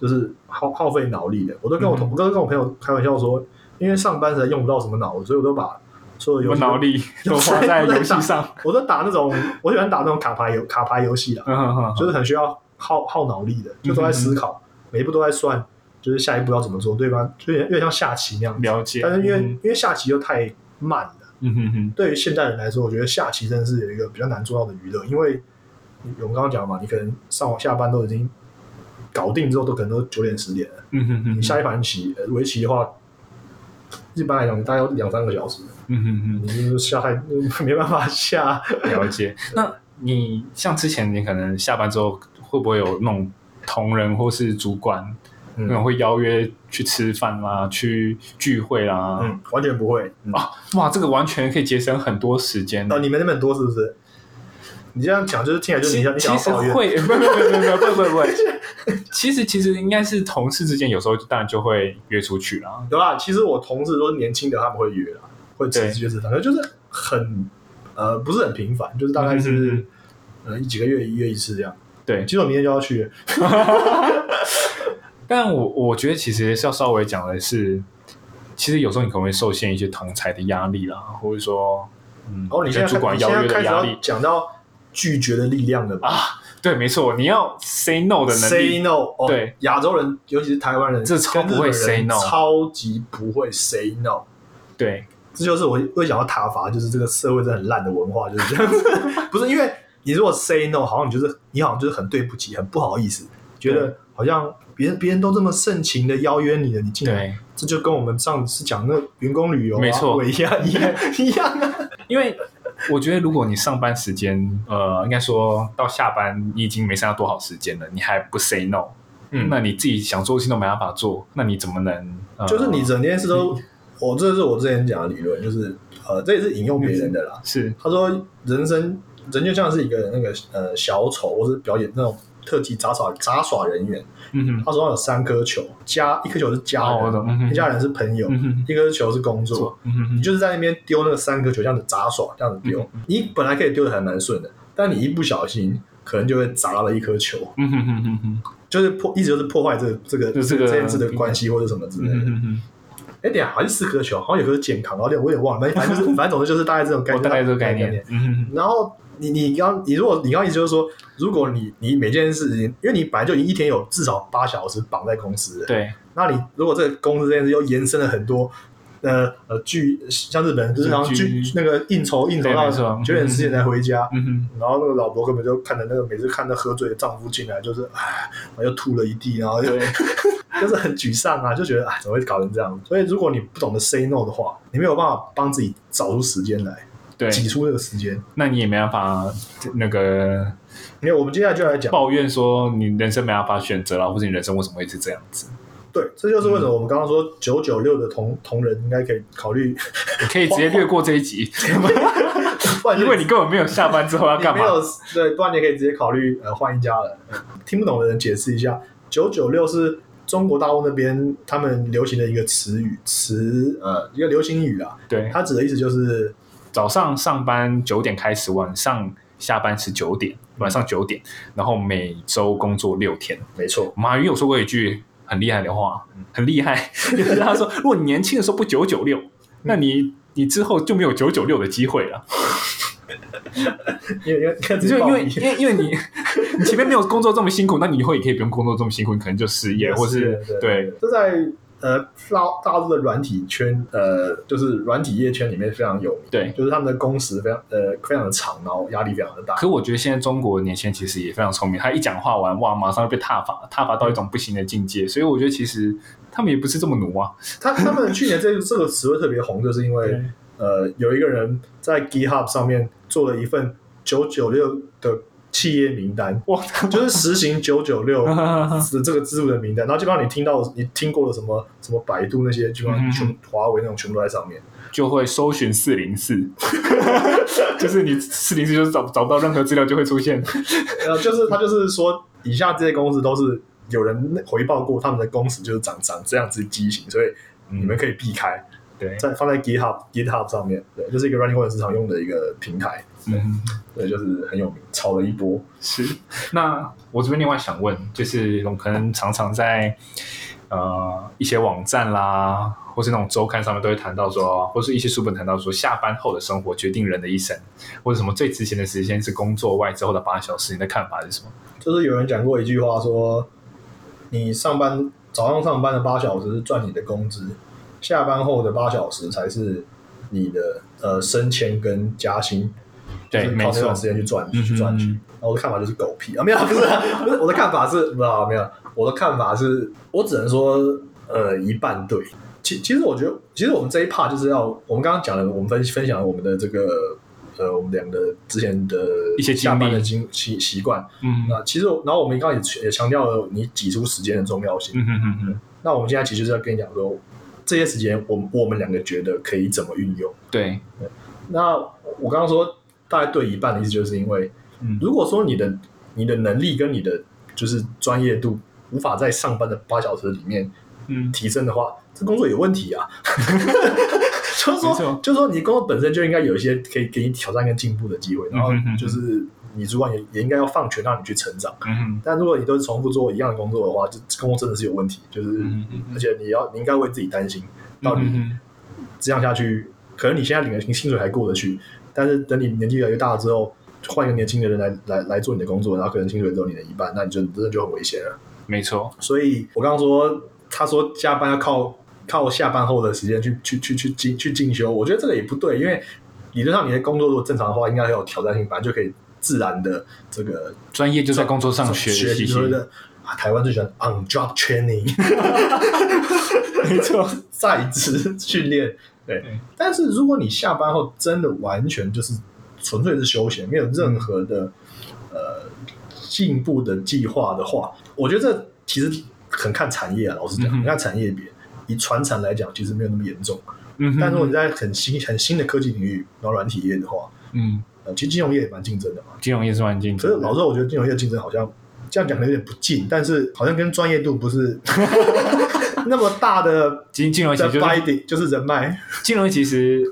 Speaker 1: 就是耗耗费脑力的。我都跟我同，
Speaker 2: 嗯
Speaker 1: 我都跟我朋友开玩笑说，因为上班实在用不到什么脑，所以我都把所有游
Speaker 2: 我
Speaker 1: 戏都
Speaker 2: 脑力都花在游戏上。
Speaker 1: 我都打那种，我喜欢打那种卡牌游卡牌游戏啦，啊
Speaker 2: 嗯哼哼
Speaker 1: 就
Speaker 2: 哼，
Speaker 1: 是很需要耗耗脑力的，就都在思考，每一步都在算，就是下一步要怎么做，对吧？就有点有点像下棋那样子。
Speaker 2: 了解。
Speaker 1: 但是因为、
Speaker 2: 嗯
Speaker 1: 因为下棋又太慢了，
Speaker 2: 嗯哼哼，
Speaker 1: 对于现代人来说，我觉得下棋真的是有一个比较难做到的娱乐，因为我们刚刚讲嘛，你可能上网下班都已经搞定之后，都可能都九点十点了。
Speaker 2: 嗯哼哼
Speaker 1: 你
Speaker 2: 哼，
Speaker 1: 下一盘棋，呃围棋的话，一般来讲大概要两三个小时，
Speaker 2: 嗯哼哼。
Speaker 1: 你就是下太 [LAUGHS] 没办法下。
Speaker 2: 了解。那你像之前，你可能下班之后会不会有那种同仁或是主管，那种会邀约去吃饭啦、去聚会啊啦？
Speaker 1: 嗯，完全不会。
Speaker 2: 啊，哇，这个完全可以节省很多时间。
Speaker 1: 哦，你们那边很多是不是？你这样讲就是听起来就是你想你想
Speaker 2: 其
Speaker 1: 要
Speaker 2: 实
Speaker 1: 抱怨，
Speaker 2: 会， [LAUGHS] 不不不不不不不不， [LAUGHS] 其实其实应该是同事之间有时候当然就会约出去啦。
Speaker 1: 对啊吧？其实我同事都是年轻的，他们会约啦，会直
Speaker 2: 对
Speaker 1: 接是，反正就是很呃不是很频繁，就是大概是、
Speaker 2: 嗯
Speaker 1: 呃几个月一月一次这样。
Speaker 2: 对
Speaker 1: 其，实我明天就要去，
Speaker 2: 但我我觉得其实是要稍微讲的是，其实有时候你可能会受限一些同才的压力啦，或者说，嗯，
Speaker 1: 哦然后你现在
Speaker 2: 主管
Speaker 1: 你现
Speaker 2: 邀
Speaker 1: 在
Speaker 2: 约
Speaker 1: 开
Speaker 2: 的
Speaker 1: 始
Speaker 2: 压
Speaker 1: 要
Speaker 2: 力
Speaker 1: 讲到拒绝的力量了吧
Speaker 2: 啊，对，没错，你要 say no 的能
Speaker 1: say
Speaker 2: 力，
Speaker 1: no，哦
Speaker 2: 对，
Speaker 1: 亚洲人尤其是台湾人，
Speaker 2: 这超
Speaker 1: 跟日
Speaker 2: 不会
Speaker 1: 本人
Speaker 2: say no
Speaker 1: 超级不会 say no。
Speaker 2: 对，
Speaker 1: 这就是我会想要挞伐，就是这个社会真的很烂的文化就是这样子。 [LAUGHS] 不是因为你如果 say no，好像你就是你好像就是很对不起，很不好意思，觉得好像别人别人都这么盛情的邀约你了，你竟然
Speaker 2: 对，
Speaker 1: 这就跟我们上次讲那个员工旅游、啊、
Speaker 2: 没错
Speaker 1: 一样一样一样啊。
Speaker 2: 因为我觉得如果你上班时间，呃，应该说到下班，你已经没剩下多少时间了，你还不 say no，
Speaker 1: 嗯
Speaker 2: 那你自己想做的事情都没办法做，那你怎么能？呃
Speaker 1: 就是你整件事都，
Speaker 2: 嗯
Speaker 1: 我这是我之前讲的理论，就是呃，这也是引用别人的啦。
Speaker 2: 是
Speaker 1: 他说人生人就像是一个那个呃小丑，或是表演那种特技杂耍杂耍人员。
Speaker 2: 嗯哼
Speaker 1: 他手上有三颗球，家一颗球是家人，
Speaker 2: 哦我懂嗯哼
Speaker 1: 一家人是朋友，
Speaker 2: 嗯哼
Speaker 1: 一颗球是工作。
Speaker 2: 做嗯哼
Speaker 1: 你
Speaker 2: 哼
Speaker 1: 就是在那边丢那个三颗球，这样子杂耍，这样子丢。
Speaker 2: 嗯
Speaker 1: 你本来可以丢的还蛮顺的，但你一不小心，可能就会砸了一颗球，
Speaker 2: 嗯哼哼哼哼
Speaker 1: 就是破，一直就是破坏这个这个
Speaker 2: 就这个
Speaker 1: 件事的关系或者什么之类
Speaker 2: 嗯哼
Speaker 1: 的。
Speaker 2: 哼哼。
Speaker 1: 哎、等一下好像是四颗球，好像有颗是健康，然后有点我有点忘了，反正就是反正总之就是大概这种概
Speaker 2: [LAUGHS] 我
Speaker 1: 念，
Speaker 2: 大概这个概念。，嗯哼
Speaker 1: 然后你你刚你如果你刚意思就是说，如果你你每件事情，因为你本来就已经一天有至少八小时绑在公司了，
Speaker 2: 对，
Speaker 1: 那你如果这个公司这件事又延伸了很多，呃呃，剧像日本人就是像
Speaker 2: 剧
Speaker 1: 剧那个应酬应酬到
Speaker 2: 没错
Speaker 1: 九点十点才回家，
Speaker 2: 嗯哼，
Speaker 1: 然后那个老婆根本就看着那个每次看到喝醉的丈夫进来，就是唉，然后又吐了一地，然后就
Speaker 2: 对，
Speaker 1: [LAUGHS] 就是很沮丧啊，就觉得啊怎么会搞成这样？所以如果你不懂得 say no 的话，你没有办法帮自己找出时间来，
Speaker 2: 对，
Speaker 1: 挤出这个时间。
Speaker 2: 那你也没办法那个
Speaker 1: 因为我们接下来就来讲，
Speaker 2: 抱怨说你人生没办法选择了，或者你人生为什么会是这样子？
Speaker 1: 对，这就是为什么我们刚刚说九九六的同同仁应该可以考虑， [LAUGHS]
Speaker 2: 你可以直接略过这一集，
Speaker 1: 不然就
Speaker 2: 因为你根本没有下班之后要
Speaker 1: 你
Speaker 2: 干
Speaker 1: 没
Speaker 2: 嘛。
Speaker 1: 有对，不然你也可以直接考虑呃换一家 [LAUGHS] 了。听不懂的人解释一下，九九六是中国大陆那边他们流行的一个词语词呃一个流行语啊，
Speaker 2: 对，
Speaker 1: 它指的意思就是
Speaker 2: 早上上班九点开始，晚上下班是九点，晚上九点，然后每周工作六天。
Speaker 1: 没错，
Speaker 2: 马云有说过一句很厉害的话，
Speaker 1: 嗯
Speaker 2: 很厉害， [LAUGHS] 就是他说，如果你年轻的时候不九九六，那你你之后就没有九九六的机会了。
Speaker 1: 因为因为因为
Speaker 2: 就因为因为因为你 [LAUGHS] 你前面没有工作这么辛苦，那你以后也可以不用工作这么辛苦，你可能就失业，或是对
Speaker 1: 这在呃大大陆的软体圈呃就是软体业圈里面非常有名，
Speaker 2: 对。
Speaker 1: 就是他们的工时非常呃非常的长，然后压力非常的大。
Speaker 2: 可我觉得现在中国的年轻人其实也非常聪明，他一讲话完哇，马上就被踏伐，踏伐到一种不行的境界。所以我觉得其实他们也不是这么奴啊，
Speaker 1: 他他们去年这这个词汇特别红，就是因为
Speaker 2: 对
Speaker 1: 呃，有一个人在 GitHub 上面做了一份九九六的企业名单，
Speaker 2: 哇，
Speaker 1: 就是实行九九六
Speaker 2: 嗯
Speaker 1: 的这个支付的名单，然后基本上你听到你听过的什么什么百度那些，基本上
Speaker 2: 嗯
Speaker 1: 全部华为那种全部都在上面。
Speaker 2: 就会搜寻四零四， [LAUGHS] 就是你四零四就是找找不到任何资料就会出现，
Speaker 1: 呃，就是他就是说，以下这些公司都是有人回报过他们的工时就是长长这样子畸形，所以你们可以避开，
Speaker 2: 对，
Speaker 1: 在放在 GitHub GitHub 上面，对，就是一个 running 或者市场用的一个平台，
Speaker 2: 嗯。
Speaker 1: 对，就是很有名，炒了一波。
Speaker 2: 是，那我这边另外想问，就是我们可能常常在呃一些网站啦，或是那种周刊上面都会谈到说，或是一些书本谈到说，下班后的生活决定人的一生，或者什么最值钱的时间是工作外之后的八小时，你的看法是什么？
Speaker 1: 就是有人讲过一句话说，你上班早上上班的八小时是赚你的工资，下班后的八小时才是你的呃升迁跟加薪，
Speaker 2: 对，
Speaker 1: 就是
Speaker 2: 没
Speaker 1: 靠那
Speaker 2: 错
Speaker 1: 段，时间去赚
Speaker 2: 嗯
Speaker 1: 去赚取。
Speaker 2: 嗯
Speaker 1: 然后我的看法就是狗屁啊，没有，不是啊，不是我的看法是，不啊，没有，我的看法是我只能说呃一半对。其其实我觉得，其实我们这一 part 就是要我们刚刚讲的，我们分分享我们的这个呃我们两个之前的
Speaker 2: 一些经历
Speaker 1: 下班的经习习惯。
Speaker 2: 嗯
Speaker 1: 那其实我，然后我们刚刚也也强调了你挤出时间的重要性。
Speaker 2: 嗯哼哼哼，
Speaker 1: 那我们现在其实就是要跟你讲说，这些时间我们我们两个觉得可以怎么运用。
Speaker 2: 对，
Speaker 1: 那我刚刚说大概对一半的意思，就是因为
Speaker 2: 嗯
Speaker 1: 如果说你的你的能力跟你的就是专业度无法在上班的八小时里面
Speaker 2: 嗯，
Speaker 1: 提升的话，这工作有问题啊。 [LAUGHS] 就是
Speaker 2: 没错
Speaker 1: 说，就是说，你工作本身就应该有一些可以给你挑战跟进步的机会，然后
Speaker 2: 嗯哼嗯哼
Speaker 1: 就是你主管也也应该要放权让你去成长。
Speaker 2: 嗯哼
Speaker 1: 但如果你都是重复做一样的工作的话，这这工作真的是有问题，就是、
Speaker 2: 嗯嗯嗯
Speaker 1: 而且你要你应该为自己担心，到
Speaker 2: 嗯
Speaker 1: 底
Speaker 2: 哼
Speaker 1: 这样下去，可能你现在领的薪水还过得去，但是等你年纪越来越大之后，换一个年轻的人来来来做你的工作，然后可能薪水只有你的一半，那你就真的就很危险了。
Speaker 2: 没错，
Speaker 1: 所以我刚刚说，他说加班要靠靠下班后的时间去去去去进去进修，我觉得这个也不对，因为理论上你的工作如果正常的话，应该很有挑战性，反正就可以自然的这个
Speaker 2: 专业就在工作上学
Speaker 1: 学
Speaker 2: 习，
Speaker 1: 习所谓的啊台湾最喜欢 on job
Speaker 2: [LAUGHS]
Speaker 1: training，没错，在职训练。对，
Speaker 2: 对
Speaker 1: 但是如果你下班后真的完全就是纯粹是休闲，没有任何
Speaker 2: 嗯
Speaker 1: 的呃进步的计划的话，我觉得这其实很看产业啊。老实讲，
Speaker 2: 嗯哼
Speaker 1: 很看产业别。以传产来讲，其实没有那么严重。
Speaker 2: 嗯哼，
Speaker 1: 但如果你在很新、很新的科技领域，然后软体业的话，
Speaker 2: 嗯，
Speaker 1: 呃，其实金融业也蛮竞争的嘛。
Speaker 2: 金融业是蛮竞
Speaker 1: 可
Speaker 2: 争
Speaker 1: 是
Speaker 2: 的，
Speaker 1: 老实说，我觉得金融业竞争好像这样讲可能有点不近，但是好像跟专业度不是 [LAUGHS] 那么大的
Speaker 2: 金金融业其
Speaker 1: 的
Speaker 2: 实就是
Speaker 1: binding，就是人脉。
Speaker 2: 金融业其实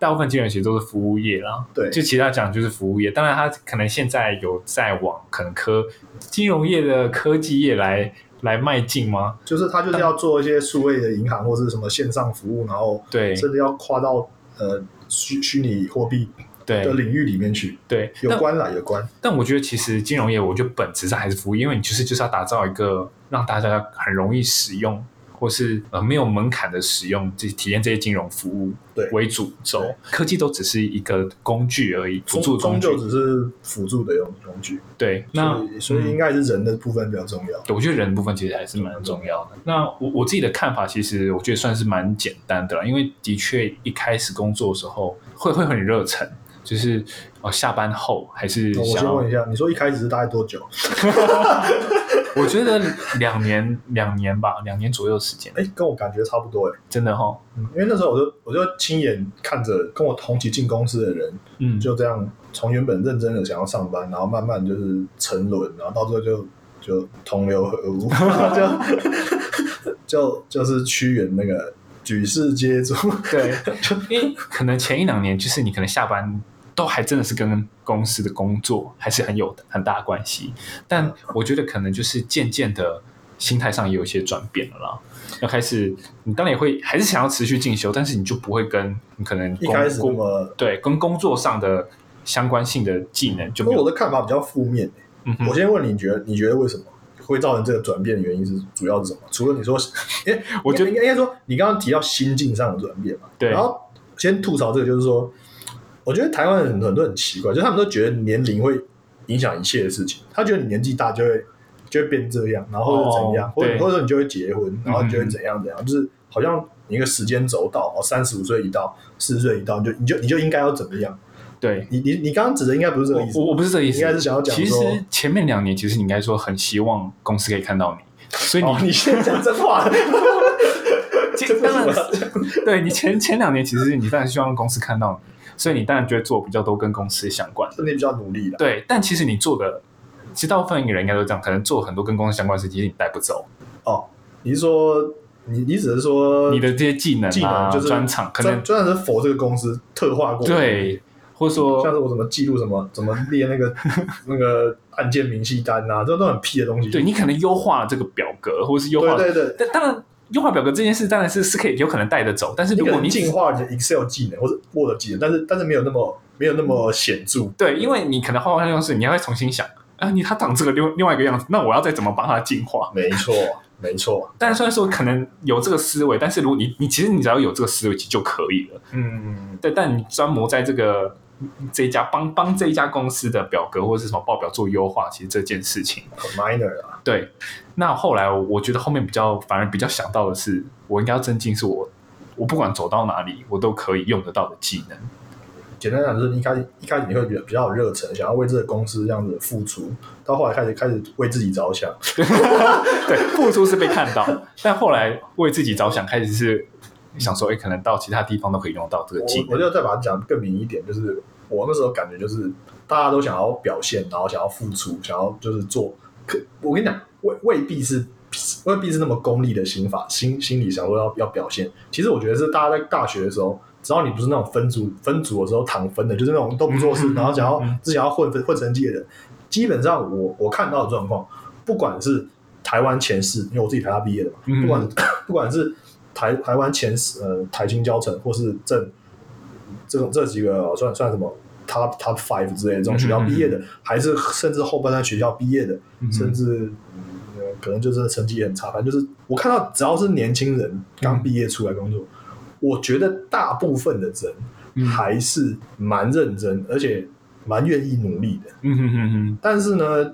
Speaker 2: 大部分金融业其实都是服务业啦，
Speaker 1: 对
Speaker 2: 就其他讲就是服务业，当然它可能现在有在往可能科金融业的科技业来来迈进吗？
Speaker 1: 就是他就是要做一些数位的银行或者什么线上服务，然后
Speaker 2: 对
Speaker 1: 甚至要跨到呃虚虚拟货币的
Speaker 2: 对
Speaker 1: 领域里面去，
Speaker 2: 对，
Speaker 1: 有
Speaker 2: 但
Speaker 1: 关啦，有关。
Speaker 2: 但我觉得其实金融业，我觉得本质上还是服务业，因为你就是就是要打造一个让大家很容易使用，或是呃没有门槛的使用，这体验这些金融服务
Speaker 1: 对
Speaker 2: 为主轴
Speaker 1: 对，
Speaker 2: 科技都只是一个工具而已，辅助
Speaker 1: 终
Speaker 2: 的工
Speaker 1: 终
Speaker 2: 具
Speaker 1: 究。只是辅助的用工具，
Speaker 2: 对，那
Speaker 1: 所以所以应
Speaker 2: 嗯
Speaker 1: 该是人的部分比较重要。
Speaker 2: 我觉得人的部分其实还是蛮重要的。那我我自己的看法，其实我觉得算是蛮简单的啦，因为的确一开始工作的时候会会很热忱，就是呃下班后还是
Speaker 1: 哦那我
Speaker 2: 想
Speaker 1: 先
Speaker 2: 要
Speaker 1: 问一下，你说一开始是大概多久？
Speaker 2: 我觉得两年两年吧，两年左右的时间，
Speaker 1: 哎，跟我感觉差不多哎。
Speaker 2: 真的哈、哦，
Speaker 1: 嗯，因为那时候我就我就亲眼看着跟我同期进公司的人
Speaker 2: 嗯，
Speaker 1: 就 [LAUGHS] 这样从原本认真的想要上班，然后慢慢就是沉沦，然后到最后就就同流合污， [LAUGHS] 就就就是屈原那个举世皆浊，
Speaker 2: 对，因为可能前一两年就是你可能下班都还真的是跟公司的工作还是很有很大的关系，但我觉得可能就是渐渐的心态上也有一些转变了啦。要开始，你当然也会还是想要持续进修，但是你就不会跟你可能
Speaker 1: 一
Speaker 2: 工
Speaker 1: 开始那
Speaker 2: 工
Speaker 1: 么。
Speaker 2: 对跟工作上的相关性的技能就
Speaker 1: 不
Speaker 2: 没
Speaker 1: 过
Speaker 2: 有。
Speaker 1: 我的看法比较负面、
Speaker 2: 嗯哼
Speaker 1: 我先问你，觉得你觉得为什么会造成这个转变的原因是主要是什么？除了你说，因为
Speaker 2: 我觉得
Speaker 1: 应该应该说你刚刚提到心境上的转变嘛，
Speaker 2: 对
Speaker 1: 然后先吐槽这个，就是说，我觉得台湾人很多很奇怪，就是他们都觉得年龄会影响一切的事情，他觉得你年纪大就会就会变这样，然后或者怎样，
Speaker 2: 哦
Speaker 1: 或者
Speaker 2: 对
Speaker 1: 或者说你就会结婚，然后你就会
Speaker 2: 嗯
Speaker 1: 怎样怎样，就是好像你一个时间轴到，哦，三十五岁一到，四十岁一到，你就你就你就应该要怎么样？
Speaker 2: 对，
Speaker 1: 你你你刚刚指的应该不是这个意思吧，
Speaker 2: 我我不是这个意思，
Speaker 1: 应该是想要讲
Speaker 2: 其实
Speaker 1: 说
Speaker 2: 前面两年其实你应该说很希望公司可以看到你，所以你
Speaker 1: 哦， [LAUGHS] 你现在讲真话了，
Speaker 2: 其
Speaker 1: 这
Speaker 2: 当
Speaker 1: 不
Speaker 2: 然
Speaker 1: 是，
Speaker 2: 对你前前两年其实你当然希望公司看到你，所以你当然就会做比较多跟公司相关的。
Speaker 1: 你比较努力了。
Speaker 2: 对，但其实你做的，其实大部分人应该都这样，可能做很多跟公司相关的事，其实你带不走。
Speaker 1: 哦，你是说你你只是说
Speaker 2: 你的这些技能
Speaker 1: 呃技
Speaker 2: 啊、
Speaker 1: 能就是
Speaker 2: 专长，可能
Speaker 1: 专专长是否这个公司特化过，，
Speaker 2: 对，或者
Speaker 1: 像
Speaker 2: 说
Speaker 1: 是我怎么记录什么怎么列那
Speaker 2: [LAUGHS]
Speaker 1: 个那个案件明细单啊，这都很屁的东西。
Speaker 2: 对你可能优化了这个表格，或者是优化，
Speaker 1: 对对对，
Speaker 2: 但当然优化表格这件事当然是是可以有可能带得走，但是
Speaker 1: 你
Speaker 2: 如
Speaker 1: 可
Speaker 2: 果
Speaker 1: 能
Speaker 2: 你
Speaker 1: 进化你的 Excel 技能或者 Word 技能，但是但是没有那么没有那么显著。
Speaker 2: 对，因为你可能换换样式，你要再重新想啊，你他长这个另另外一个样子，那我要再怎么帮他进化？
Speaker 1: 没错，没错，
Speaker 2: 但虽然说可能有这个思维，但是如果你你其实你只要有这个思维其实就可以了。
Speaker 1: 嗯，
Speaker 2: 对，但你专磨在这个这一家帮帮这一家公司的表格或者是什么报表做优化，其实这件事情
Speaker 1: 很 minor 啊，
Speaker 2: 对。那后来我觉得后面比较反而比较想到的是，我应该要增进是我我不管走到哪里，我都可以用得到的技能。
Speaker 1: 简单讲就是你一开始一开始你会比较比较有热忱，想要为这个公司这样子付出，到后来开始开始为自己着想，
Speaker 2: 对，付出是被看到，但后来为自己着想，开始是想说，哎，可能到其他地方都可以用到这个技
Speaker 1: 我
Speaker 2: 能。
Speaker 1: 我就再把它讲更明一点，就是我那时候感觉就是大家都想要表现，然后想要付出，想要就是做。可我跟你讲，未未必是未必是那么功利的心法，心心里想说要要表现。其实我觉得是大家在大学的时候，只要你不是那种分组分组的时候躺分的，就是那种都不做
Speaker 2: 嗯
Speaker 1: 事，然后想要只想要混混成绩的人，基本上我我看到的状况，不管是台湾前四，因为我自己台大毕业的嘛，
Speaker 2: 嗯
Speaker 1: 不管不管是台台湾前十呃台青交城或是政这种这几个呃算算什么 top top five 之类的这种学校毕业的，还是甚至后半段学校毕业的，
Speaker 2: 嗯
Speaker 1: 甚至、嗯呃可能就是成绩也很差，反正就是我看到只要是年轻人刚毕业出来工作，我觉得大部分的
Speaker 2: 嗯
Speaker 1: 人还是蛮认真，而且蛮愿意努力的。
Speaker 2: 嗯哼哼哼，
Speaker 1: 但是呢，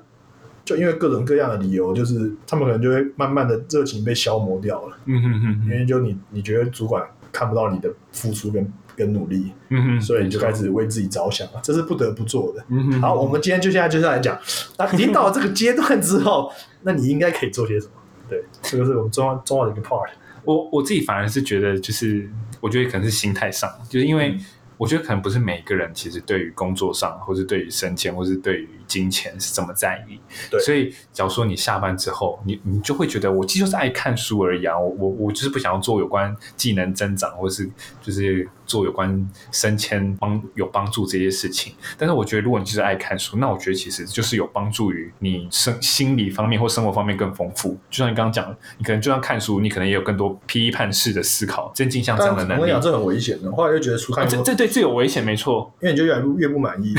Speaker 1: 就因为各种各样的理由，就是他们可能就会慢慢的热情被消磨掉了。
Speaker 2: 嗯哼哼
Speaker 1: 因
Speaker 2: 哼，
Speaker 1: 为就你你觉得主管看不到你的付出跟跟努力，
Speaker 2: 嗯哼，
Speaker 1: 所以你就开始为自己着想了，啊这是不得不做的。
Speaker 2: 嗯哼，
Speaker 1: 好，我们今天就现在就下来讲，那已经到了这个阶段之后，那你应该可以做些什么？对，这个是我们重要重要的一个 part。
Speaker 2: 我我自己反而是觉得，就是我觉得可能是心态上，就是因为我觉得可能不是每一个人其实对于工作上，或是对于升迁，或是对于金钱是这么在意。
Speaker 1: 对
Speaker 2: 所以假如说你下班之后，你你就会觉得我其实就是爱看书而已啊，我我我就是不想要做有关技能增长，或是就是做有关升迁帮有帮助这些事情。但是我觉得，如果你就是爱看书，那我觉得其实就是有帮助于你生心理方面或生活方面更丰富。就像你刚刚讲，你可能就算看书，你可能也有更多批判式的思考、真镜像这
Speaker 1: 但
Speaker 2: 样
Speaker 1: 我
Speaker 2: 的
Speaker 1: 跟
Speaker 2: 能
Speaker 1: 你
Speaker 2: 力。
Speaker 1: 讲，这很危险的。后来就觉得书
Speaker 2: 啊
Speaker 1: 看
Speaker 2: 这
Speaker 1: 多，
Speaker 2: 这对这有危险，没错。
Speaker 1: 因为你就越来越不
Speaker 2: [LAUGHS]
Speaker 1: 满意。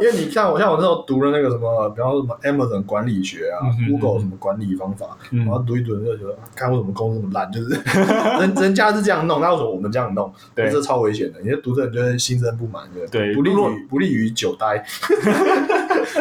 Speaker 1: 因为你像我像我那时候读了那个什么，比方说什么 Amazon 管理学啊、
Speaker 2: 嗯哼
Speaker 1: Google 什么管理方法，
Speaker 2: 嗯
Speaker 1: 然后读一读就觉得，看为什么公司那么烂，就是 [LAUGHS] 人人家是这样弄，那为什么我们这样弄？
Speaker 2: 对
Speaker 1: 这超危险的。你的读者就是心生不满，不
Speaker 2: 对
Speaker 1: 不利
Speaker 2: 如果
Speaker 1: 于不利于久待，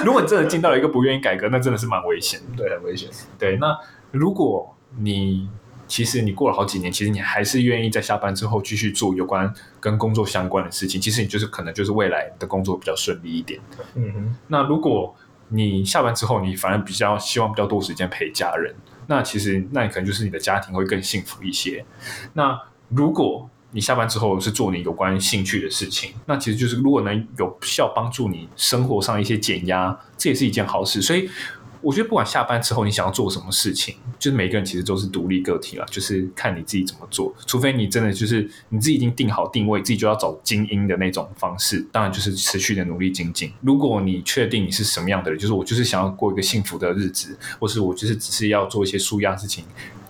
Speaker 2: 如果你真的进到了一个不愿意改革，那真的是蛮危险的。
Speaker 1: 对，很危险。
Speaker 2: 对，那如果你其实你过了好几年，其实你还是愿意在下班之后继续做有关跟工作相关的事情，其实你就是可能就是未来的工作比较顺利一点。
Speaker 1: 嗯哼，
Speaker 2: 那如果你下班之后，你反而比较希望比较多时间陪家人，那其实那你可能就是你的家庭会更幸福一些。那如果你下班之后是做你有关兴趣的事情，那其实就是如果能有效帮助你生活上一些减压，这也是一件好事。所以我觉得不管下班之后你想要做什么事情，就是每个人其实都是独立个体啦，就是看你自己怎么做。除非你真的就是你自己已经定好定位，自己就要找精英的那种方式，当然就是持续的努力精进。如果你确定你是什么样的人，就是我就是想要过一个幸福的日子，或是我就是只是要做一些舒压的事情。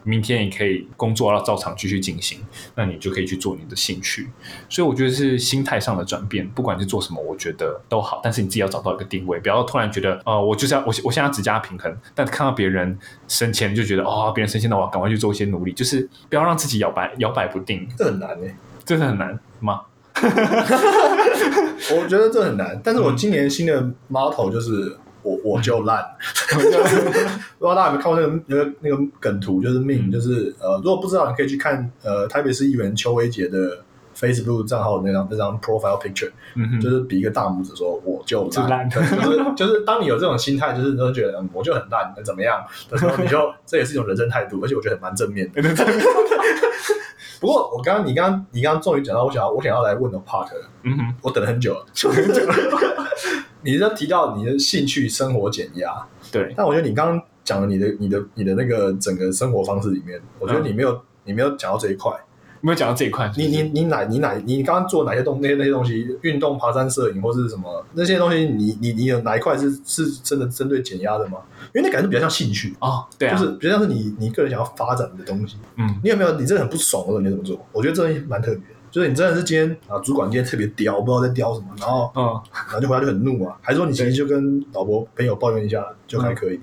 Speaker 2: 明天也可以工作要照常继续进行，那你就可以去做你的兴趣。所以我觉得是心态上的转变，不管是做什么，我觉得都好，但是你自己要找到一个定位，不要突然觉得，呃，我就是要我我现在要只加平衡，但看到别人升迁就觉得，哦，别人升迁了，我要赶快去做一些努力，就是不要让自己摇摆摇摆不定，
Speaker 1: 这很难欸诶，
Speaker 2: 真的很难吗？
Speaker 1: 我觉得这很难。但是我
Speaker 2: 嗯
Speaker 1: 今年新的 motto 就是。我我就烂， [LAUGHS] 不知道大家有没有看过那个那个那个梗图，就是命，
Speaker 2: 嗯
Speaker 1: 就是呃，如果不知道，你可以去看呃台北市议员邱威杰的 Facebook 账号那张那张 profile picture，
Speaker 2: [LAUGHS] 嗯哼，
Speaker 1: 就是比一个大拇指说我就
Speaker 2: 就烂
Speaker 1: 烂，对就是就是当你有这种心态，就是你都觉得嗯我就很烂，那怎么样的时候，你就这也是一种人生态度，而且我觉得很蛮正面的。 [LAUGHS] 不过我刚刚你刚刚你刚刚终于讲到我想要我想要来问的 part，了
Speaker 2: 嗯哼，
Speaker 1: 我等了很久了， [LAUGHS] 很久了。你刚提到你的兴趣生活减压，
Speaker 2: 对，
Speaker 1: 但我觉得你刚刚讲的你的你的你的那个整个生活方式里面，我觉得
Speaker 2: 嗯
Speaker 1: 你没有、你没有讲到这一块。
Speaker 2: 没有讲到这一块，
Speaker 1: 你你你哪你哪你刚刚做哪些东那些那些东西，运动、爬山、摄影或是什么那些东西你，你你有哪一块是是真的针对减压的吗？因为那感觉比较像兴趣，
Speaker 2: 哦，对啊，
Speaker 1: 就是比较像是你你个人想要发展的东西。
Speaker 2: 嗯，
Speaker 1: 你有没有你真的很不爽的时候，你怎么做？我觉得这东西蛮特别的，就是你真的是今天啊，主管今天特别刁，不知道在刁什么，然后
Speaker 2: 嗯，
Speaker 1: 然后就回来就很怒啊，还是说你其实就跟老婆朋友抱怨一下就
Speaker 2: 嗯
Speaker 1: 还可以？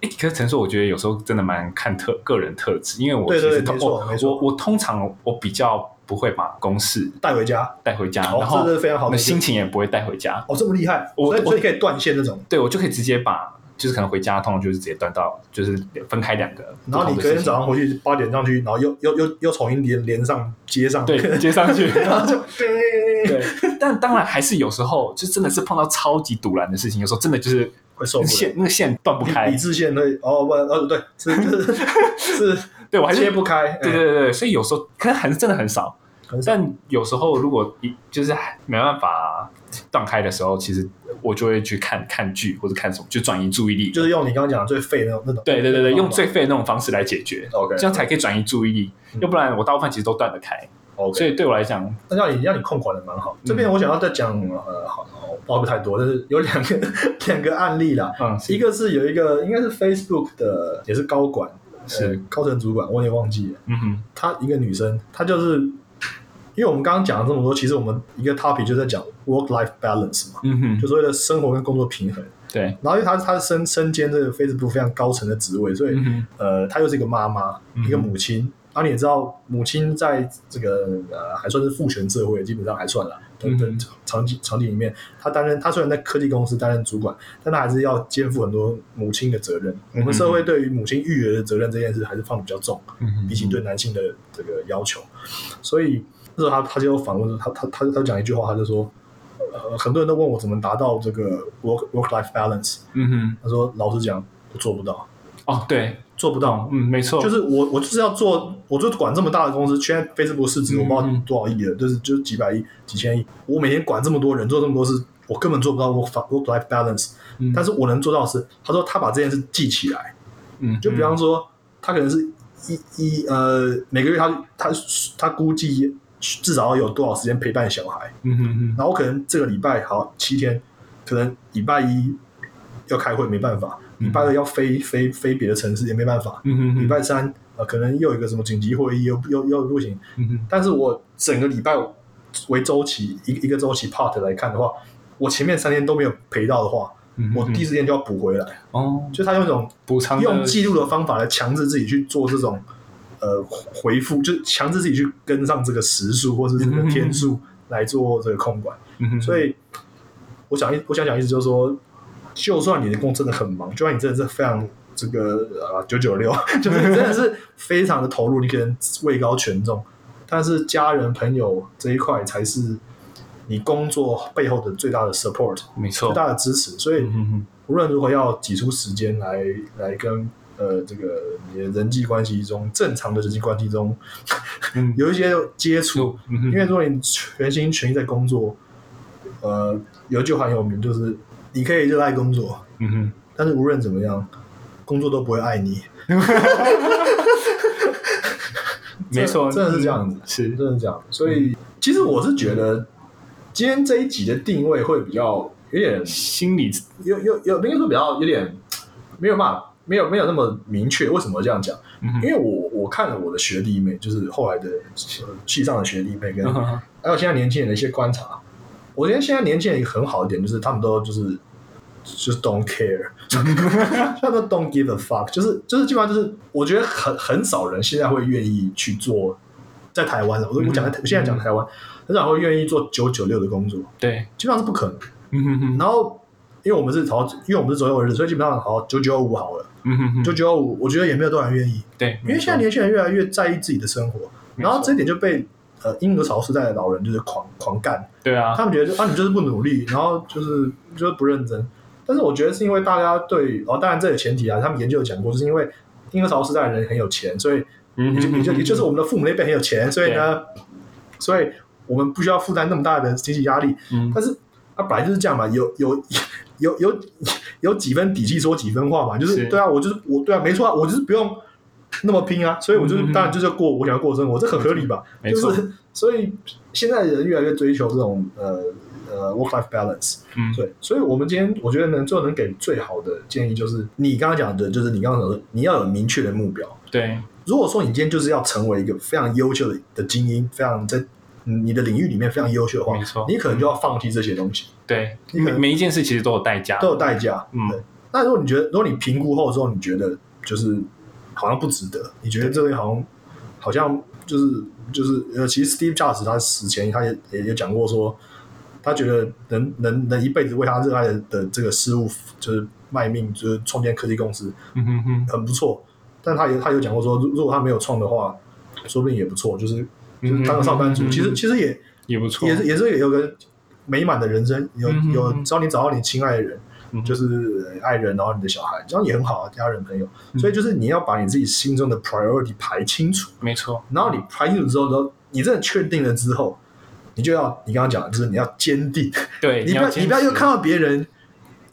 Speaker 2: 诶可是陈述，我觉得有时候真的蛮看特个人特质，因为我
Speaker 1: 对
Speaker 2: 其
Speaker 1: 对
Speaker 2: 实
Speaker 1: 对
Speaker 2: 通
Speaker 1: 没错
Speaker 2: 我
Speaker 1: 没错
Speaker 2: 我我通常我比较不会把公式
Speaker 1: 带回家，
Speaker 2: 带回家，
Speaker 1: 哦
Speaker 2: 然后
Speaker 1: 这是非常好的
Speaker 2: 那
Speaker 1: 一个
Speaker 2: 心情也不会带回家，
Speaker 1: 哦，这么厉害，
Speaker 2: 我
Speaker 1: 所以
Speaker 2: 我
Speaker 1: 所以可以断线那种，
Speaker 2: 对我就可以直接把。就是可能回家，通常就是直接端到，就是分开两个不
Speaker 1: 然后
Speaker 2: 同
Speaker 1: 你
Speaker 2: 的事情。
Speaker 1: 隔天早上回去八点上去，然后又又又又重新连连上接上，
Speaker 2: 对接上去，
Speaker 1: [LAUGHS] 然后就对，
Speaker 2: 对，但当然还是有时候，就真的是碰到超级堵然的事情，有时候真的就是
Speaker 1: 会受不
Speaker 2: 线
Speaker 1: 了。
Speaker 2: 那个线断不开
Speaker 1: 理。智线会哦不哦对
Speaker 2: [LAUGHS]
Speaker 1: 是是是
Speaker 2: 对我还是
Speaker 1: 切不开，嗯
Speaker 2: [LAUGHS] 对对对对，所以有时候可能很真的很少，
Speaker 1: 很少
Speaker 2: 但有时候如果一就是没办法断开的时候，其实我就会去看看剧或者看什么，就转移注意力。
Speaker 1: 就是用你刚刚讲的最废的那种那种。
Speaker 2: 对对对对，用最废的那种方式来解决，
Speaker 1: OK
Speaker 2: 这样才可以转移注意力
Speaker 1: 嗯。
Speaker 2: 要不然我大部分其实都断得开，所
Speaker 1: OK，
Speaker 2: 以对嗯我来讲，
Speaker 1: 那让你让你控管的蛮好。这边我想要再讲呃，好，我不知道会不会太多，但是有两个 [LAUGHS] 两个案例啦。
Speaker 2: 嗯，
Speaker 1: 一个是有一个应该是 Facebook 的，也是高管，
Speaker 2: 是
Speaker 1: 呃高层主管，我也忘记了。
Speaker 2: 嗯哼，
Speaker 1: 她一个女生，她就是因为我们刚刚讲了这么多，其实我们一个 topic 就在讲 work life balance 嘛，
Speaker 2: 嗯
Speaker 1: 就
Speaker 2: 哼，
Speaker 1: 所谓的生活跟工作平衡。
Speaker 2: 对，
Speaker 1: 然后因为她她身身兼这个 Facebook 非常高层的职位，所以、
Speaker 2: 嗯哼，
Speaker 1: 呃，她又是一个妈妈，
Speaker 2: 嗯
Speaker 1: 一个母亲。然后你也知道，母亲在这个呃还算是父权社会，基本上还算啦。等等
Speaker 2: 嗯
Speaker 1: 场景场景里面，她担任她虽然在科技公司担任主管，但她还是要肩负很多母亲的责任。我们社会对于母亲育儿的责任这件事还是放的比较重。
Speaker 2: 嗯哼
Speaker 1: 比起对，男性的这个要求。所以那时候他他就反问他他他他讲一句话，他就说，呃，很多人都问我怎么达到这个 work work life balance，
Speaker 2: 嗯
Speaker 1: 他说老实讲，我做不到，
Speaker 2: 哼，哦，对，
Speaker 1: 做不到。
Speaker 2: 嗯，没错，
Speaker 1: 就是我，我就是要做，我就管这么大的公司，现在 Facebook 市值我不知道
Speaker 2: 嗯嗯
Speaker 1: 多少亿了，就是就是几百亿、几千亿，我每天管这么多人，做这么多事，我根本做不到 work work life balance。
Speaker 2: 嗯
Speaker 1: 但是我能做到的是，他说他把这件事记起来，
Speaker 2: 嗯，
Speaker 1: 就比方说，他可能是一一呃每个月他他他估计至少要有多少时间陪伴小孩，
Speaker 2: 嗯，嗯哼哼，
Speaker 1: 然后可能这个礼拜好七天，可能礼拜一要开会没办法，
Speaker 2: 嗯
Speaker 1: 礼拜二要飞飞飞别的城市也没办法，
Speaker 2: 嗯哼哼，
Speaker 1: 礼拜三呃可能又有一个什么紧急会议又又又不行，
Speaker 2: 嗯哼，
Speaker 1: 但是我整个礼拜为周期一一个周期 part 来看的话，我前面三天都没有陪到的话，
Speaker 2: 嗯哼，
Speaker 1: 我第一时间就要补回来，
Speaker 2: 哦，
Speaker 1: 就他用一种
Speaker 2: 补偿的
Speaker 1: 用记录的方法来强制自己去做这种呃回复，就是强制自己去跟上这个时数或是这个天数来做这个控管。
Speaker 2: 嗯哼，
Speaker 1: 所以我想一我想讲意思就是说，就算你的工真的很忙，就算你真的是非常这个啊九九六， [LAUGHS] 就是你真的是非常的投入，你可能位高权重，但是家人朋友这一块才是你工作背后的最大的 support，
Speaker 2: 没
Speaker 1: 最
Speaker 2: 错，
Speaker 1: 大的支持。所以
Speaker 2: 嗯哼哼，
Speaker 1: 无论如何要挤出时间来来跟呃这个你的人际关系中正常的人际关系中 [LAUGHS]
Speaker 2: 嗯
Speaker 1: 有一些接触，
Speaker 2: 嗯哼
Speaker 1: 因为如果你全心全意在工作，呃，有一句很有名就是你可以热爱工作，
Speaker 2: 嗯哼，
Speaker 1: 但是无论怎么样，工作都不会爱你，
Speaker 2: 没错，
Speaker 1: 真的真的是这样子
Speaker 2: 嗯是嗯
Speaker 1: 真，的是这样。所以其实我是觉得今天这一集的定位会比较有点
Speaker 2: 心理
Speaker 1: 有有有，应该说比较有点没有办法，没有没有那么明确。为什么这样讲？
Speaker 2: 嗯哼
Speaker 1: 因为我我看了我的学弟妹，就是后来的呃系上的学弟妹跟，
Speaker 2: 嗯哼
Speaker 1: 还有现在年轻人的一些观察，我觉得现在年轻人一个很好的点就是他们都就是就是 don't care，他们都 don't give a fuck，就是就是基本上就是我觉得很很少人现在会愿意去做，在台湾的，
Speaker 2: 嗯
Speaker 1: 我我讲在我现在讲台湾，很少会愿意做九九六的工作，
Speaker 2: [LAUGHS] 对，
Speaker 1: 基本上是不可能。
Speaker 2: 嗯哼哼，
Speaker 1: 然后因为我们是朝，因为我们是左右日，所以基本上好九九五好了，
Speaker 2: 嗯哼哼，
Speaker 1: 九九五我觉得也没有多少人愿意。
Speaker 2: 对，
Speaker 1: 因为现在年轻人越来越在意自己的生活，
Speaker 2: 没
Speaker 1: 然
Speaker 2: 错
Speaker 1: 后这一点就被呃婴儿潮时代的老人就是狂狂干，
Speaker 2: 对啊，
Speaker 1: 他们觉得就啊你就是不努力，然后就是就是不认真。但是我觉得是因为大家对哦，当然这有前提啊，他们研究有讲过，就是因为婴儿潮时代的人很有钱，所以
Speaker 2: 嗯
Speaker 1: 也就
Speaker 2: 哼哼
Speaker 1: 也就也就是我们的父母那辈很有钱，所以呢，所以我们不需要负担那么大的经济压力。
Speaker 2: 嗯
Speaker 1: 但是啊，本来就是这样嘛，有有有有有几分底气说几分话嘛，就是
Speaker 2: 是
Speaker 1: 对啊，我就是我对啊，没错啊，我就是不用那么拼啊，所以我就是、
Speaker 2: 嗯嗯嗯
Speaker 1: 当然就是要过我想要过的生活，这很合理吧？
Speaker 2: 没错
Speaker 1: 就是 [LAUGHS] 所以现在人越来越追求这种呃呃 work life balance，
Speaker 2: 嗯，
Speaker 1: 对，所以我们今天我觉得能最后能给最好的建议就是你刚刚讲的，就是你刚刚讲的，你要有明确的目标。
Speaker 2: 对，
Speaker 1: 如果说你今天就是要成为一个非常优秀的的精英，非常在你的领域里面非常优秀的话
Speaker 2: 没错，
Speaker 1: 你可能就要放弃这些东西。
Speaker 2: 对，
Speaker 1: 你可
Speaker 2: 每
Speaker 1: 能
Speaker 2: 每一件事其实都有代价，
Speaker 1: 都有代价。
Speaker 2: 嗯
Speaker 1: 对。那如果你觉得，如果你评估后之后，你觉得就是好像不值得，你觉得这个好像好像就是就是呃，其实 Steve Jobs 他死前他也也也讲过说，他觉得能能能一辈子为他热爱的的这个事物就是卖命，就是创建科技公司
Speaker 2: 嗯哼哼，
Speaker 1: 很不错。但他也他有讲过说，如如果他没有创的话，说不定也不错，就是就是当个上班族，
Speaker 2: 嗯
Speaker 1: 其实其实也
Speaker 2: 也不错，
Speaker 1: 也是也是有个美满的人生，有
Speaker 2: 嗯哼
Speaker 1: 有
Speaker 2: 嗯
Speaker 1: 只要你找到你亲爱的人。
Speaker 2: 嗯
Speaker 1: 就是爱人，然后你的小孩，这样也很好啊，家人朋友。
Speaker 2: 嗯
Speaker 1: 所以就是你要把你自己心中的 priority 排清楚，
Speaker 2: 没错，
Speaker 1: 然后你排清楚之后呢，你真的确定了之后，你就要你刚刚讲的就是你要坚定，
Speaker 2: 对，
Speaker 1: 你不要
Speaker 2: 坚持
Speaker 1: 你不要又看到别人，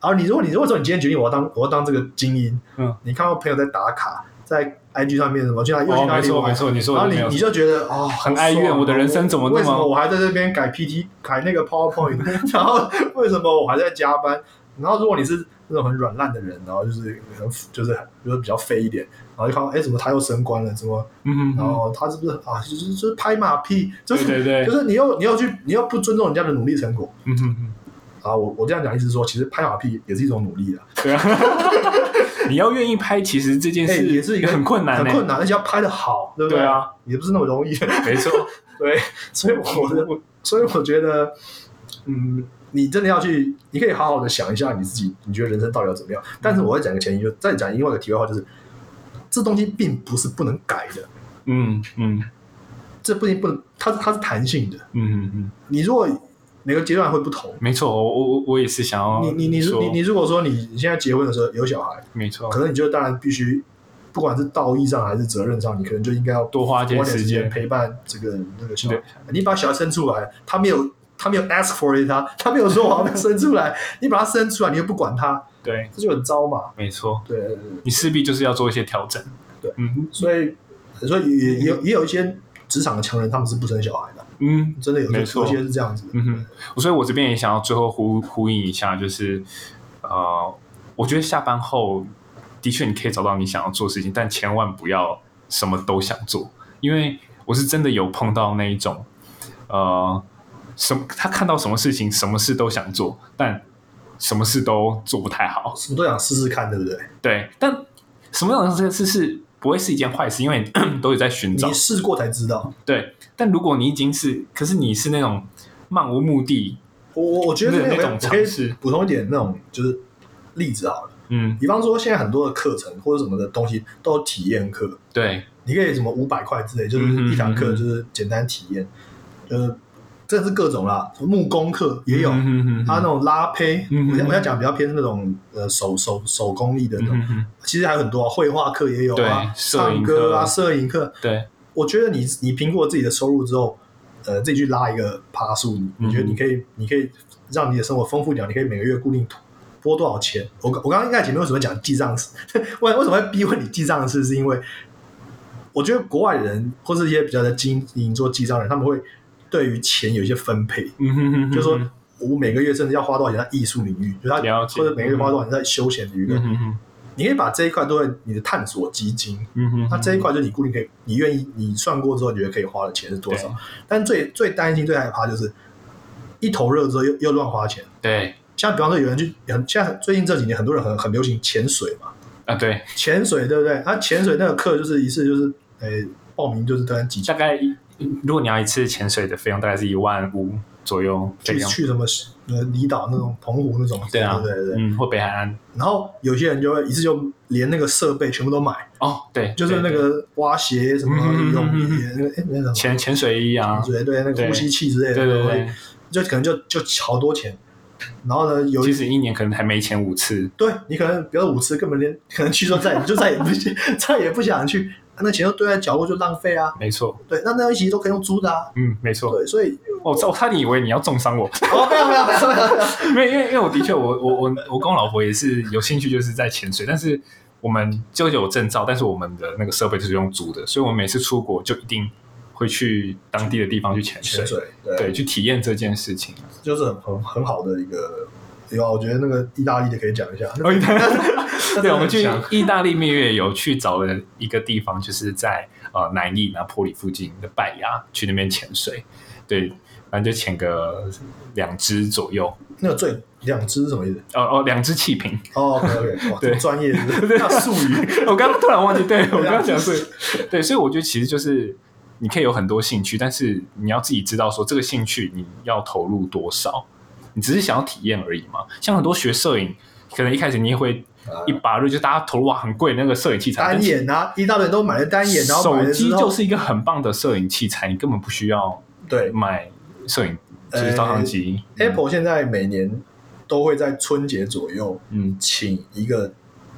Speaker 1: 然后你如果你如果说你今天决定我要当我要当这个精英，
Speaker 2: 嗯，
Speaker 1: 你看到朋友在打卡，在 IG 上面什么，去他又去
Speaker 2: 哦，
Speaker 1: 哪
Speaker 2: 没
Speaker 1: 里
Speaker 2: 错
Speaker 1: 玩
Speaker 2: 没，错，你说
Speaker 1: 然
Speaker 2: 的
Speaker 1: 后你
Speaker 2: 没有
Speaker 1: 你就觉得哦，
Speaker 2: 很哀怨
Speaker 1: 好爽哦
Speaker 2: 我的人生怎么那么
Speaker 1: 为什么我还在这边改 PT 改那个 PowerPoint，然 [LAUGHS] 后为什么我还在加班？然后如果你是那种很软烂的人，然后就是很就是很就是比较废一点，然后就看到哎怎么他又升官了，怎么
Speaker 2: 嗯，嗯
Speaker 1: 然
Speaker 2: 嗯
Speaker 1: 后他是不是啊就是就是拍马屁，就是
Speaker 2: 对对
Speaker 1: 就
Speaker 2: 对，
Speaker 1: 是你又你又去你又不尊重人家的努力成果。
Speaker 2: 嗯嗯嗯，
Speaker 1: 啊，我我这样讲，意思是说，其实拍马屁也是一种努力啊，
Speaker 2: 对啊，你要愿意拍，其实这件
Speaker 1: 哎
Speaker 2: 事
Speaker 1: 也是一个
Speaker 2: 很困难，欸
Speaker 1: 很困，难，而且要拍的好，对不
Speaker 2: 对啊，
Speaker 1: 也不是那么容易。 [LAUGHS]
Speaker 2: 没错，
Speaker 1: 对，所以我的我，所以我觉得，嗯，你真的要去，你可以好好的想一下你自己，你觉得人生到底要怎么样？但是我要讲一个前提，就再讲另外一个题外话，就是这东西并不是不能改的，
Speaker 2: 嗯嗯
Speaker 1: 这不仅不能，它它是弹性的。
Speaker 2: 嗯嗯嗯，
Speaker 1: 你如果每个阶段会不同，
Speaker 2: 没错，我我我我也是想要
Speaker 1: 你你你
Speaker 2: 哦说
Speaker 1: 你你如果说你你现在结婚的时候有小孩，
Speaker 2: 没错，
Speaker 1: 可能你就当然必须，不管是道义上还是责任上，你可能就应该要
Speaker 2: 多花一
Speaker 1: 花
Speaker 2: 点
Speaker 1: 点
Speaker 2: 时
Speaker 1: 时间
Speaker 2: 间，
Speaker 1: 陪伴这个那个小孩
Speaker 2: 对。
Speaker 1: 你把小孩生出来，他没有他没有 ask for it，他他没有说我要生出来， [LAUGHS] 你把他生出来，你又不管他，
Speaker 2: 对，
Speaker 1: 这就很糟嘛。
Speaker 2: 没错，
Speaker 1: 对对，对
Speaker 2: 你势必就是要做一些调整，
Speaker 1: 对，
Speaker 2: 嗯
Speaker 1: 所以所以也也有也有一些职场的强人，他们是不生小孩的，
Speaker 2: 嗯，
Speaker 1: 真的有
Speaker 2: 没
Speaker 1: 些
Speaker 2: 错
Speaker 1: 有些是这样子的。
Speaker 2: 嗯哼，所以我这边也想要最后呼呼应一下，就是呃，我觉得下班后的确你可以找到你想要做的事情，但千万不要什么都想做，因为我是真的有碰到那一种，呃，什么他看到什么事情，什么事都想做，但什么事都做不太好。
Speaker 1: 什么都想试试看，对不对？
Speaker 2: 对，但什么样的事是不会是一件坏事，因为 [CLEARS THROAT] 你都有在寻找
Speaker 1: 你。试过才知道。
Speaker 2: 对，但如果你已经是，可是你是那种漫无目的，
Speaker 1: 我我我觉得
Speaker 2: 那
Speaker 1: 这
Speaker 2: 那
Speaker 1: 个
Speaker 2: 种
Speaker 1: 我可以
Speaker 2: 尝试
Speaker 1: 补充一点那种就是例子好了，
Speaker 2: 嗯，
Speaker 1: 比方说现在很多的课程或者什么的东西都有体验课，
Speaker 2: 对，
Speaker 1: 你可以什么五百块之类，就是
Speaker 2: 嗯哼
Speaker 1: 一堂课
Speaker 2: 嗯哼
Speaker 1: 就是简单体验，呃，这是各种啦，木工课也有，还
Speaker 2: 嗯
Speaker 1: 有
Speaker 2: 哼哼哼
Speaker 1: 那种拉胚，
Speaker 2: 嗯哼
Speaker 1: 我想我要讲比较偏那种呃手手手工艺的那种，
Speaker 2: 嗯哼哼
Speaker 1: 其实还有很多、啊，绘画课也有啊
Speaker 2: 对，摄
Speaker 1: 唱
Speaker 2: 影
Speaker 1: 歌啊，
Speaker 2: 课
Speaker 1: 摄影课，
Speaker 2: 对，
Speaker 1: 我觉得你你评估了自己的收入之后，呃，自己去拉一个爬数，你
Speaker 2: 嗯
Speaker 1: 你觉得你可以，你可以让你的生活丰富一点，你可以每个月固定拨多少钱？我我刚刚一开始前面为什么讲记账式？ [LAUGHS] 为为什么会逼问你记账式？是因为我觉得国外人或是一些比较在经营做记账的人，他们会对于钱有一些分配，
Speaker 2: 嗯哼哼哼，
Speaker 1: 就是说我每个月甚至要花多少钱在艺术领域，就是他
Speaker 2: 了解
Speaker 1: 或者每个月花多少钱在休闲娱乐，
Speaker 2: 嗯哼哼，
Speaker 1: 你可以把这一块都在你的探索基金，
Speaker 2: 嗯哼哼，
Speaker 1: 那这一块就是你固定可以，你愿意你算过之后，你觉得可以花的钱是多少
Speaker 2: 对？
Speaker 1: 但最最担心、最害怕就是一头热之后又又乱花钱。
Speaker 2: 对
Speaker 1: 像比方说有人去，很现在最近这几年很多人很很流行潜水嘛，
Speaker 2: 啊，对，
Speaker 1: 潜水对不对？他、潜水那个课就是一次就是诶、报名就是登几
Speaker 2: 大概一如果你要一次潜水的费用，大概是一万五左右
Speaker 1: 去
Speaker 2: 这个样子，
Speaker 1: 去什么呃离岛那种澎湖那种
Speaker 2: 对啊，
Speaker 1: 对对对。
Speaker 2: 嗯，或北海岸，
Speaker 1: 然后有些人就会一次就连那个设备全部都买，
Speaker 2: 哦，对，
Speaker 1: 就是那
Speaker 2: 对对
Speaker 1: 个蛙鞋什么
Speaker 2: 嗯嗯嗯嗯
Speaker 1: 泳
Speaker 2: 嗯
Speaker 1: 衣那个诶那个什么
Speaker 2: 潜潜水衣啊，
Speaker 1: 对对那个
Speaker 2: 对
Speaker 1: 呼吸器之类的
Speaker 2: 对对
Speaker 1: 东西
Speaker 2: 对，
Speaker 1: 就可能就就好多钱。然后呢，有
Speaker 2: 其
Speaker 1: 一
Speaker 2: 实一年可能还没潜五次，
Speaker 1: 对你可能比如说五次，根本连 [LAUGHS] 可能去说再也就再也不去，再也不想去，那钱就堆在角落就浪费啊。
Speaker 2: 没错，
Speaker 1: 对，那那一起都可以用租的啊。
Speaker 2: 嗯，没错，
Speaker 1: 对，所以
Speaker 2: 哦我我差点以为你要重伤我，
Speaker 1: 哦，没有没有没有没有没有，
Speaker 2: 因为因为因为我的确，我我我我跟我老婆也是有兴趣，就是在潜水，但是我们就有证照，但是我们的那个设备就是用租的，所以我们每次出国就一定会去当地的地方去潜水，
Speaker 1: 潜水 [LAUGHS] 对，
Speaker 2: 对，去体验这件事情。
Speaker 1: 就是很很很好的一个。有啊，我觉得那个意大利的可以讲一下。
Speaker 2: 哦意大利
Speaker 1: 利
Speaker 2: 对，我们去意大利蜜月有去找了一个地方，就是在呃南意拿坡里附近的拜亚，去那边潜水，对，反正就潜个两只左右，
Speaker 1: 那个最两只是什么意思？
Speaker 2: 哦哦，两只气瓶。
Speaker 1: 哦，OK OK，哇，
Speaker 2: 对
Speaker 1: 这专业是不是
Speaker 2: [LAUGHS] 对
Speaker 1: 那术语。
Speaker 2: 我刚刚突然忘记，对我
Speaker 1: 对啊
Speaker 2: 刚刚讲是，对，所以我觉得其实就是你可以有很多兴趣，但是你要自己知道说这个兴趣你要投入多少，你只是想要体验而已嘛。像很多学摄影，可能一开始你也会
Speaker 1: 啊
Speaker 2: 一把入，就大家投入哇很贵那个摄影器材，
Speaker 1: 单
Speaker 2: 但其实
Speaker 1: 眼啊，意大利人都买了单眼，然后买
Speaker 2: 手
Speaker 1: 了
Speaker 2: 机
Speaker 1: 之后，
Speaker 2: 就是一个很棒的摄影器材，你根本不需要
Speaker 1: 对
Speaker 2: 买摄影，就是照相机。
Speaker 1: Apple 现在每年都会在春节左右
Speaker 2: 嗯
Speaker 1: 请一个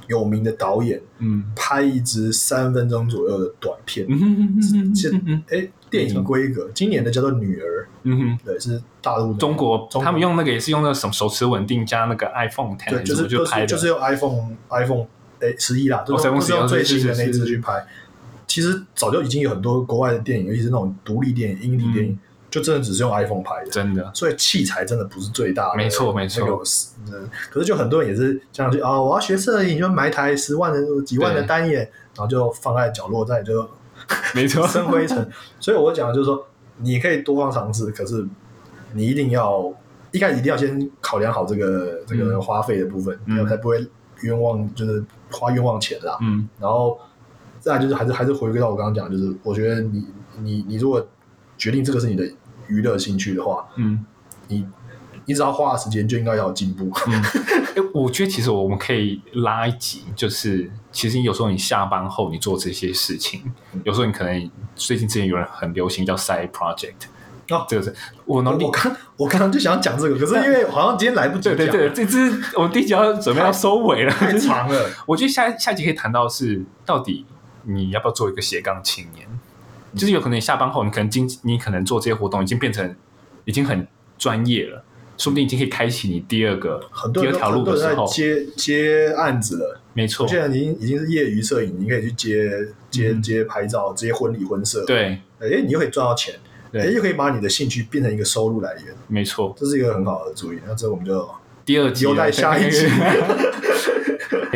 Speaker 1: 有名的导演
Speaker 2: 嗯
Speaker 1: 拍一支三分钟左右的短片。
Speaker 2: 嗯嗯嗯嗯嗯
Speaker 1: 是
Speaker 2: 嗯嗯，
Speaker 1: 哎，电
Speaker 2: 没错
Speaker 1: 影规格，今年的叫做《女儿
Speaker 2: 嗯哼》，，
Speaker 1: 对，是大陆的
Speaker 2: 中国
Speaker 1: 中国
Speaker 2: 他们用那个也是用那个什么手持稳定加那个 iPhone
Speaker 1: 对，
Speaker 2: Ten
Speaker 1: 就是
Speaker 2: 就
Speaker 1: 就
Speaker 2: 拍的，
Speaker 1: 是就是用 iPhone iPhone 诶十一啦，就是
Speaker 2: 哦
Speaker 1: 用就是用
Speaker 2: iPhone 11
Speaker 1: 最新的
Speaker 2: 是
Speaker 1: 那
Speaker 2: 是
Speaker 1: 一支
Speaker 2: 是
Speaker 1: 去拍。其实早就已经有很多国外的电影，尤其是那种独立电影、英
Speaker 2: 嗯
Speaker 1: 里电影，就真的只是用 iPhone 拍的。
Speaker 2: 真的
Speaker 1: 所以器材真的不是最大的，
Speaker 2: 没错没错
Speaker 1: 那个是嗯可是就很多人也是这样去啊，我要学摄影，就买台十万的、几万的
Speaker 2: 对
Speaker 1: 单眼，然后就放在角落，再就，
Speaker 2: 没错
Speaker 1: [LAUGHS] 生灰
Speaker 2: [LAUGHS]
Speaker 1: 尘。所以我讲的就是说，你可以多方尝试，可是你一定要一开始一定要先考量好这个这个
Speaker 2: 嗯
Speaker 1: 花费的部分，
Speaker 2: 嗯
Speaker 1: 要才不会冤枉，就是花冤枉钱啦。
Speaker 2: 嗯
Speaker 1: 然后再来就是还是还是回归到我刚刚讲的，就是我觉得你你你如果决定这个是你的娱乐兴趣的话，
Speaker 2: 嗯
Speaker 1: 你你只要花了时间就应该要有进步。 [LAUGHS]
Speaker 2: 嗯，哎、我觉得其实我们可以拉一集，就是其实有时候你下班后你做这些事情，
Speaker 1: 嗯
Speaker 2: 有时候你可能最近之前有人很流行叫 side project，
Speaker 1: 哦
Speaker 2: 这个是我脑
Speaker 1: 我
Speaker 2: 里
Speaker 1: 我刚我刚刚就想讲这个，可是因为好像今天来不及
Speaker 2: 对
Speaker 1: 讲，
Speaker 2: 对对，这次我们第一集要准备要收尾了，
Speaker 1: 太长了。
Speaker 2: 我觉得下下集可以谈到是到底你要不要做一个斜杠青年，
Speaker 1: 嗯
Speaker 2: 就是有可能你下班后，你可能经你可能做这些活动已经变成已经很专业了，说不定已经可以开启你第二个
Speaker 1: 很多
Speaker 2: 第
Speaker 1: 人
Speaker 2: 二
Speaker 1: 都
Speaker 2: 条路
Speaker 1: 很多
Speaker 2: 的时
Speaker 1: 人在
Speaker 2: 候，
Speaker 1: 接接案子了，
Speaker 2: 没错
Speaker 1: 我，现在已经已经是业余摄影，你可以去接接
Speaker 2: 嗯
Speaker 1: 接拍照，接婚礼婚摄，，
Speaker 2: 对
Speaker 1: 哎，你又可以赚到钱，
Speaker 2: 对
Speaker 1: 哎，又可以把你的兴趣变成一个收入来源，
Speaker 2: 没错。
Speaker 1: 这是一个很好的主意。那这我们就
Speaker 2: 第二集啊
Speaker 1: 留
Speaker 2: [LAUGHS]
Speaker 1: 待下一集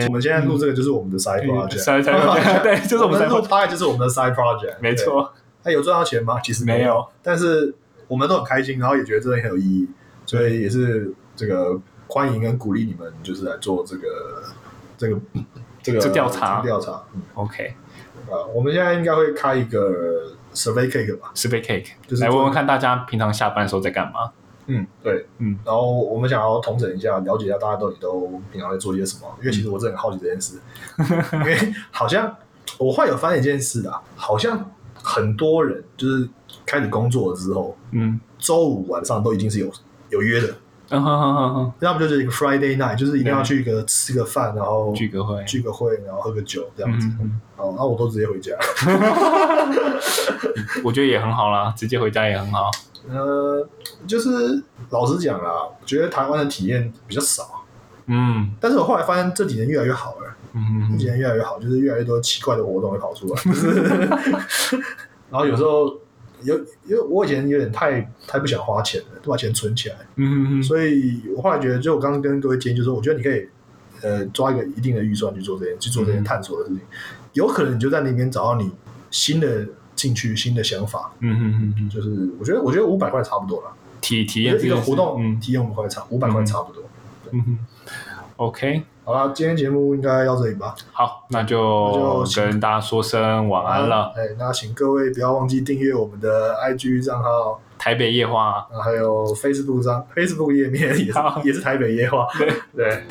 Speaker 1: 我们现在录这个就是我们的 side
Speaker 2: 对
Speaker 1: project，
Speaker 2: side
Speaker 1: [LAUGHS]
Speaker 2: project，对就是我们 side
Speaker 1: 录大概就是我们的 side project，
Speaker 2: 没错，
Speaker 1: 对。哎那有赚到钱吗？其实
Speaker 2: 没有
Speaker 1: 有，但是我们都很开心，然后也觉得这很有意义，所以也是这个欢迎跟鼓励你们，就是来做这个这个这个
Speaker 2: 这调查
Speaker 1: 这个调查，嗯。
Speaker 2: OK，
Speaker 1: 啊，我们现在应该会开一个 survey cake 吧？
Speaker 2: 十杯 cake，
Speaker 1: 就是
Speaker 2: 来
Speaker 1: 做
Speaker 2: 问问看大家平常下班的时候在干嘛？
Speaker 1: 嗯，对，
Speaker 2: 嗯，
Speaker 1: 然后我们想要统整一下，了解一下大家到底都平常在做些什么，因为其
Speaker 2: 嗯
Speaker 1: 实我真的很好奇这件事，因为好像我会有发现一件事啊，好像很多人就是开始工作了之后， [LAUGHS]
Speaker 2: 嗯，
Speaker 1: 周五晚上都已经是有有约的，
Speaker 2: 嗯哼哼哼哼，
Speaker 1: 要么就是一个 Friday night，就是一定要
Speaker 2: 对
Speaker 1: 去一个吃个饭，然后
Speaker 2: 聚个会，
Speaker 1: 聚个会，然后喝个酒这样子，
Speaker 2: 嗯，嗯
Speaker 1: 哦，那我都直接回家。
Speaker 2: 嗯我觉得也很好啦，直接回家也很好。
Speaker 1: 呃，就是老实讲啦，我觉得台湾的体验比较少，
Speaker 2: 嗯
Speaker 1: 但是我后来发现这几年越来越好了，这
Speaker 2: 嗯
Speaker 1: 几年越来越好，就是越来越多奇怪的活动会跑
Speaker 2: [LAUGHS]
Speaker 1: 出来，就是然后有时候有因为我以前有点太太不想花钱了，都把钱存起来，
Speaker 2: 嗯
Speaker 1: 所以我后来觉得，就我刚刚跟各位建议，就是我觉得你可以呃抓一个一定的预算去做这些去做这些
Speaker 2: 嗯
Speaker 1: 探索的事情，有可能你就在里面找到你新的兴趣、新的想法，
Speaker 2: 嗯嗯，
Speaker 1: 就是我觉得我觉得五百块差不多了。
Speaker 2: 体体
Speaker 1: 一
Speaker 2: 验
Speaker 1: 个一个活动，
Speaker 2: 嗯
Speaker 1: 体验五百块差五百块差不多。
Speaker 2: 嗯，OK，
Speaker 1: 好啦，今天节目应该到这里吧。
Speaker 2: 好，那就跟大家说声晚安了。
Speaker 1: 哎，那请各位不要忘记订阅我们的 IG 账号，
Speaker 2: 台北夜话，
Speaker 1: 啊还有 Facebook 账 Facebook 页面也是
Speaker 2: 好
Speaker 1: 也是台北夜话。
Speaker 2: 对
Speaker 1: 对，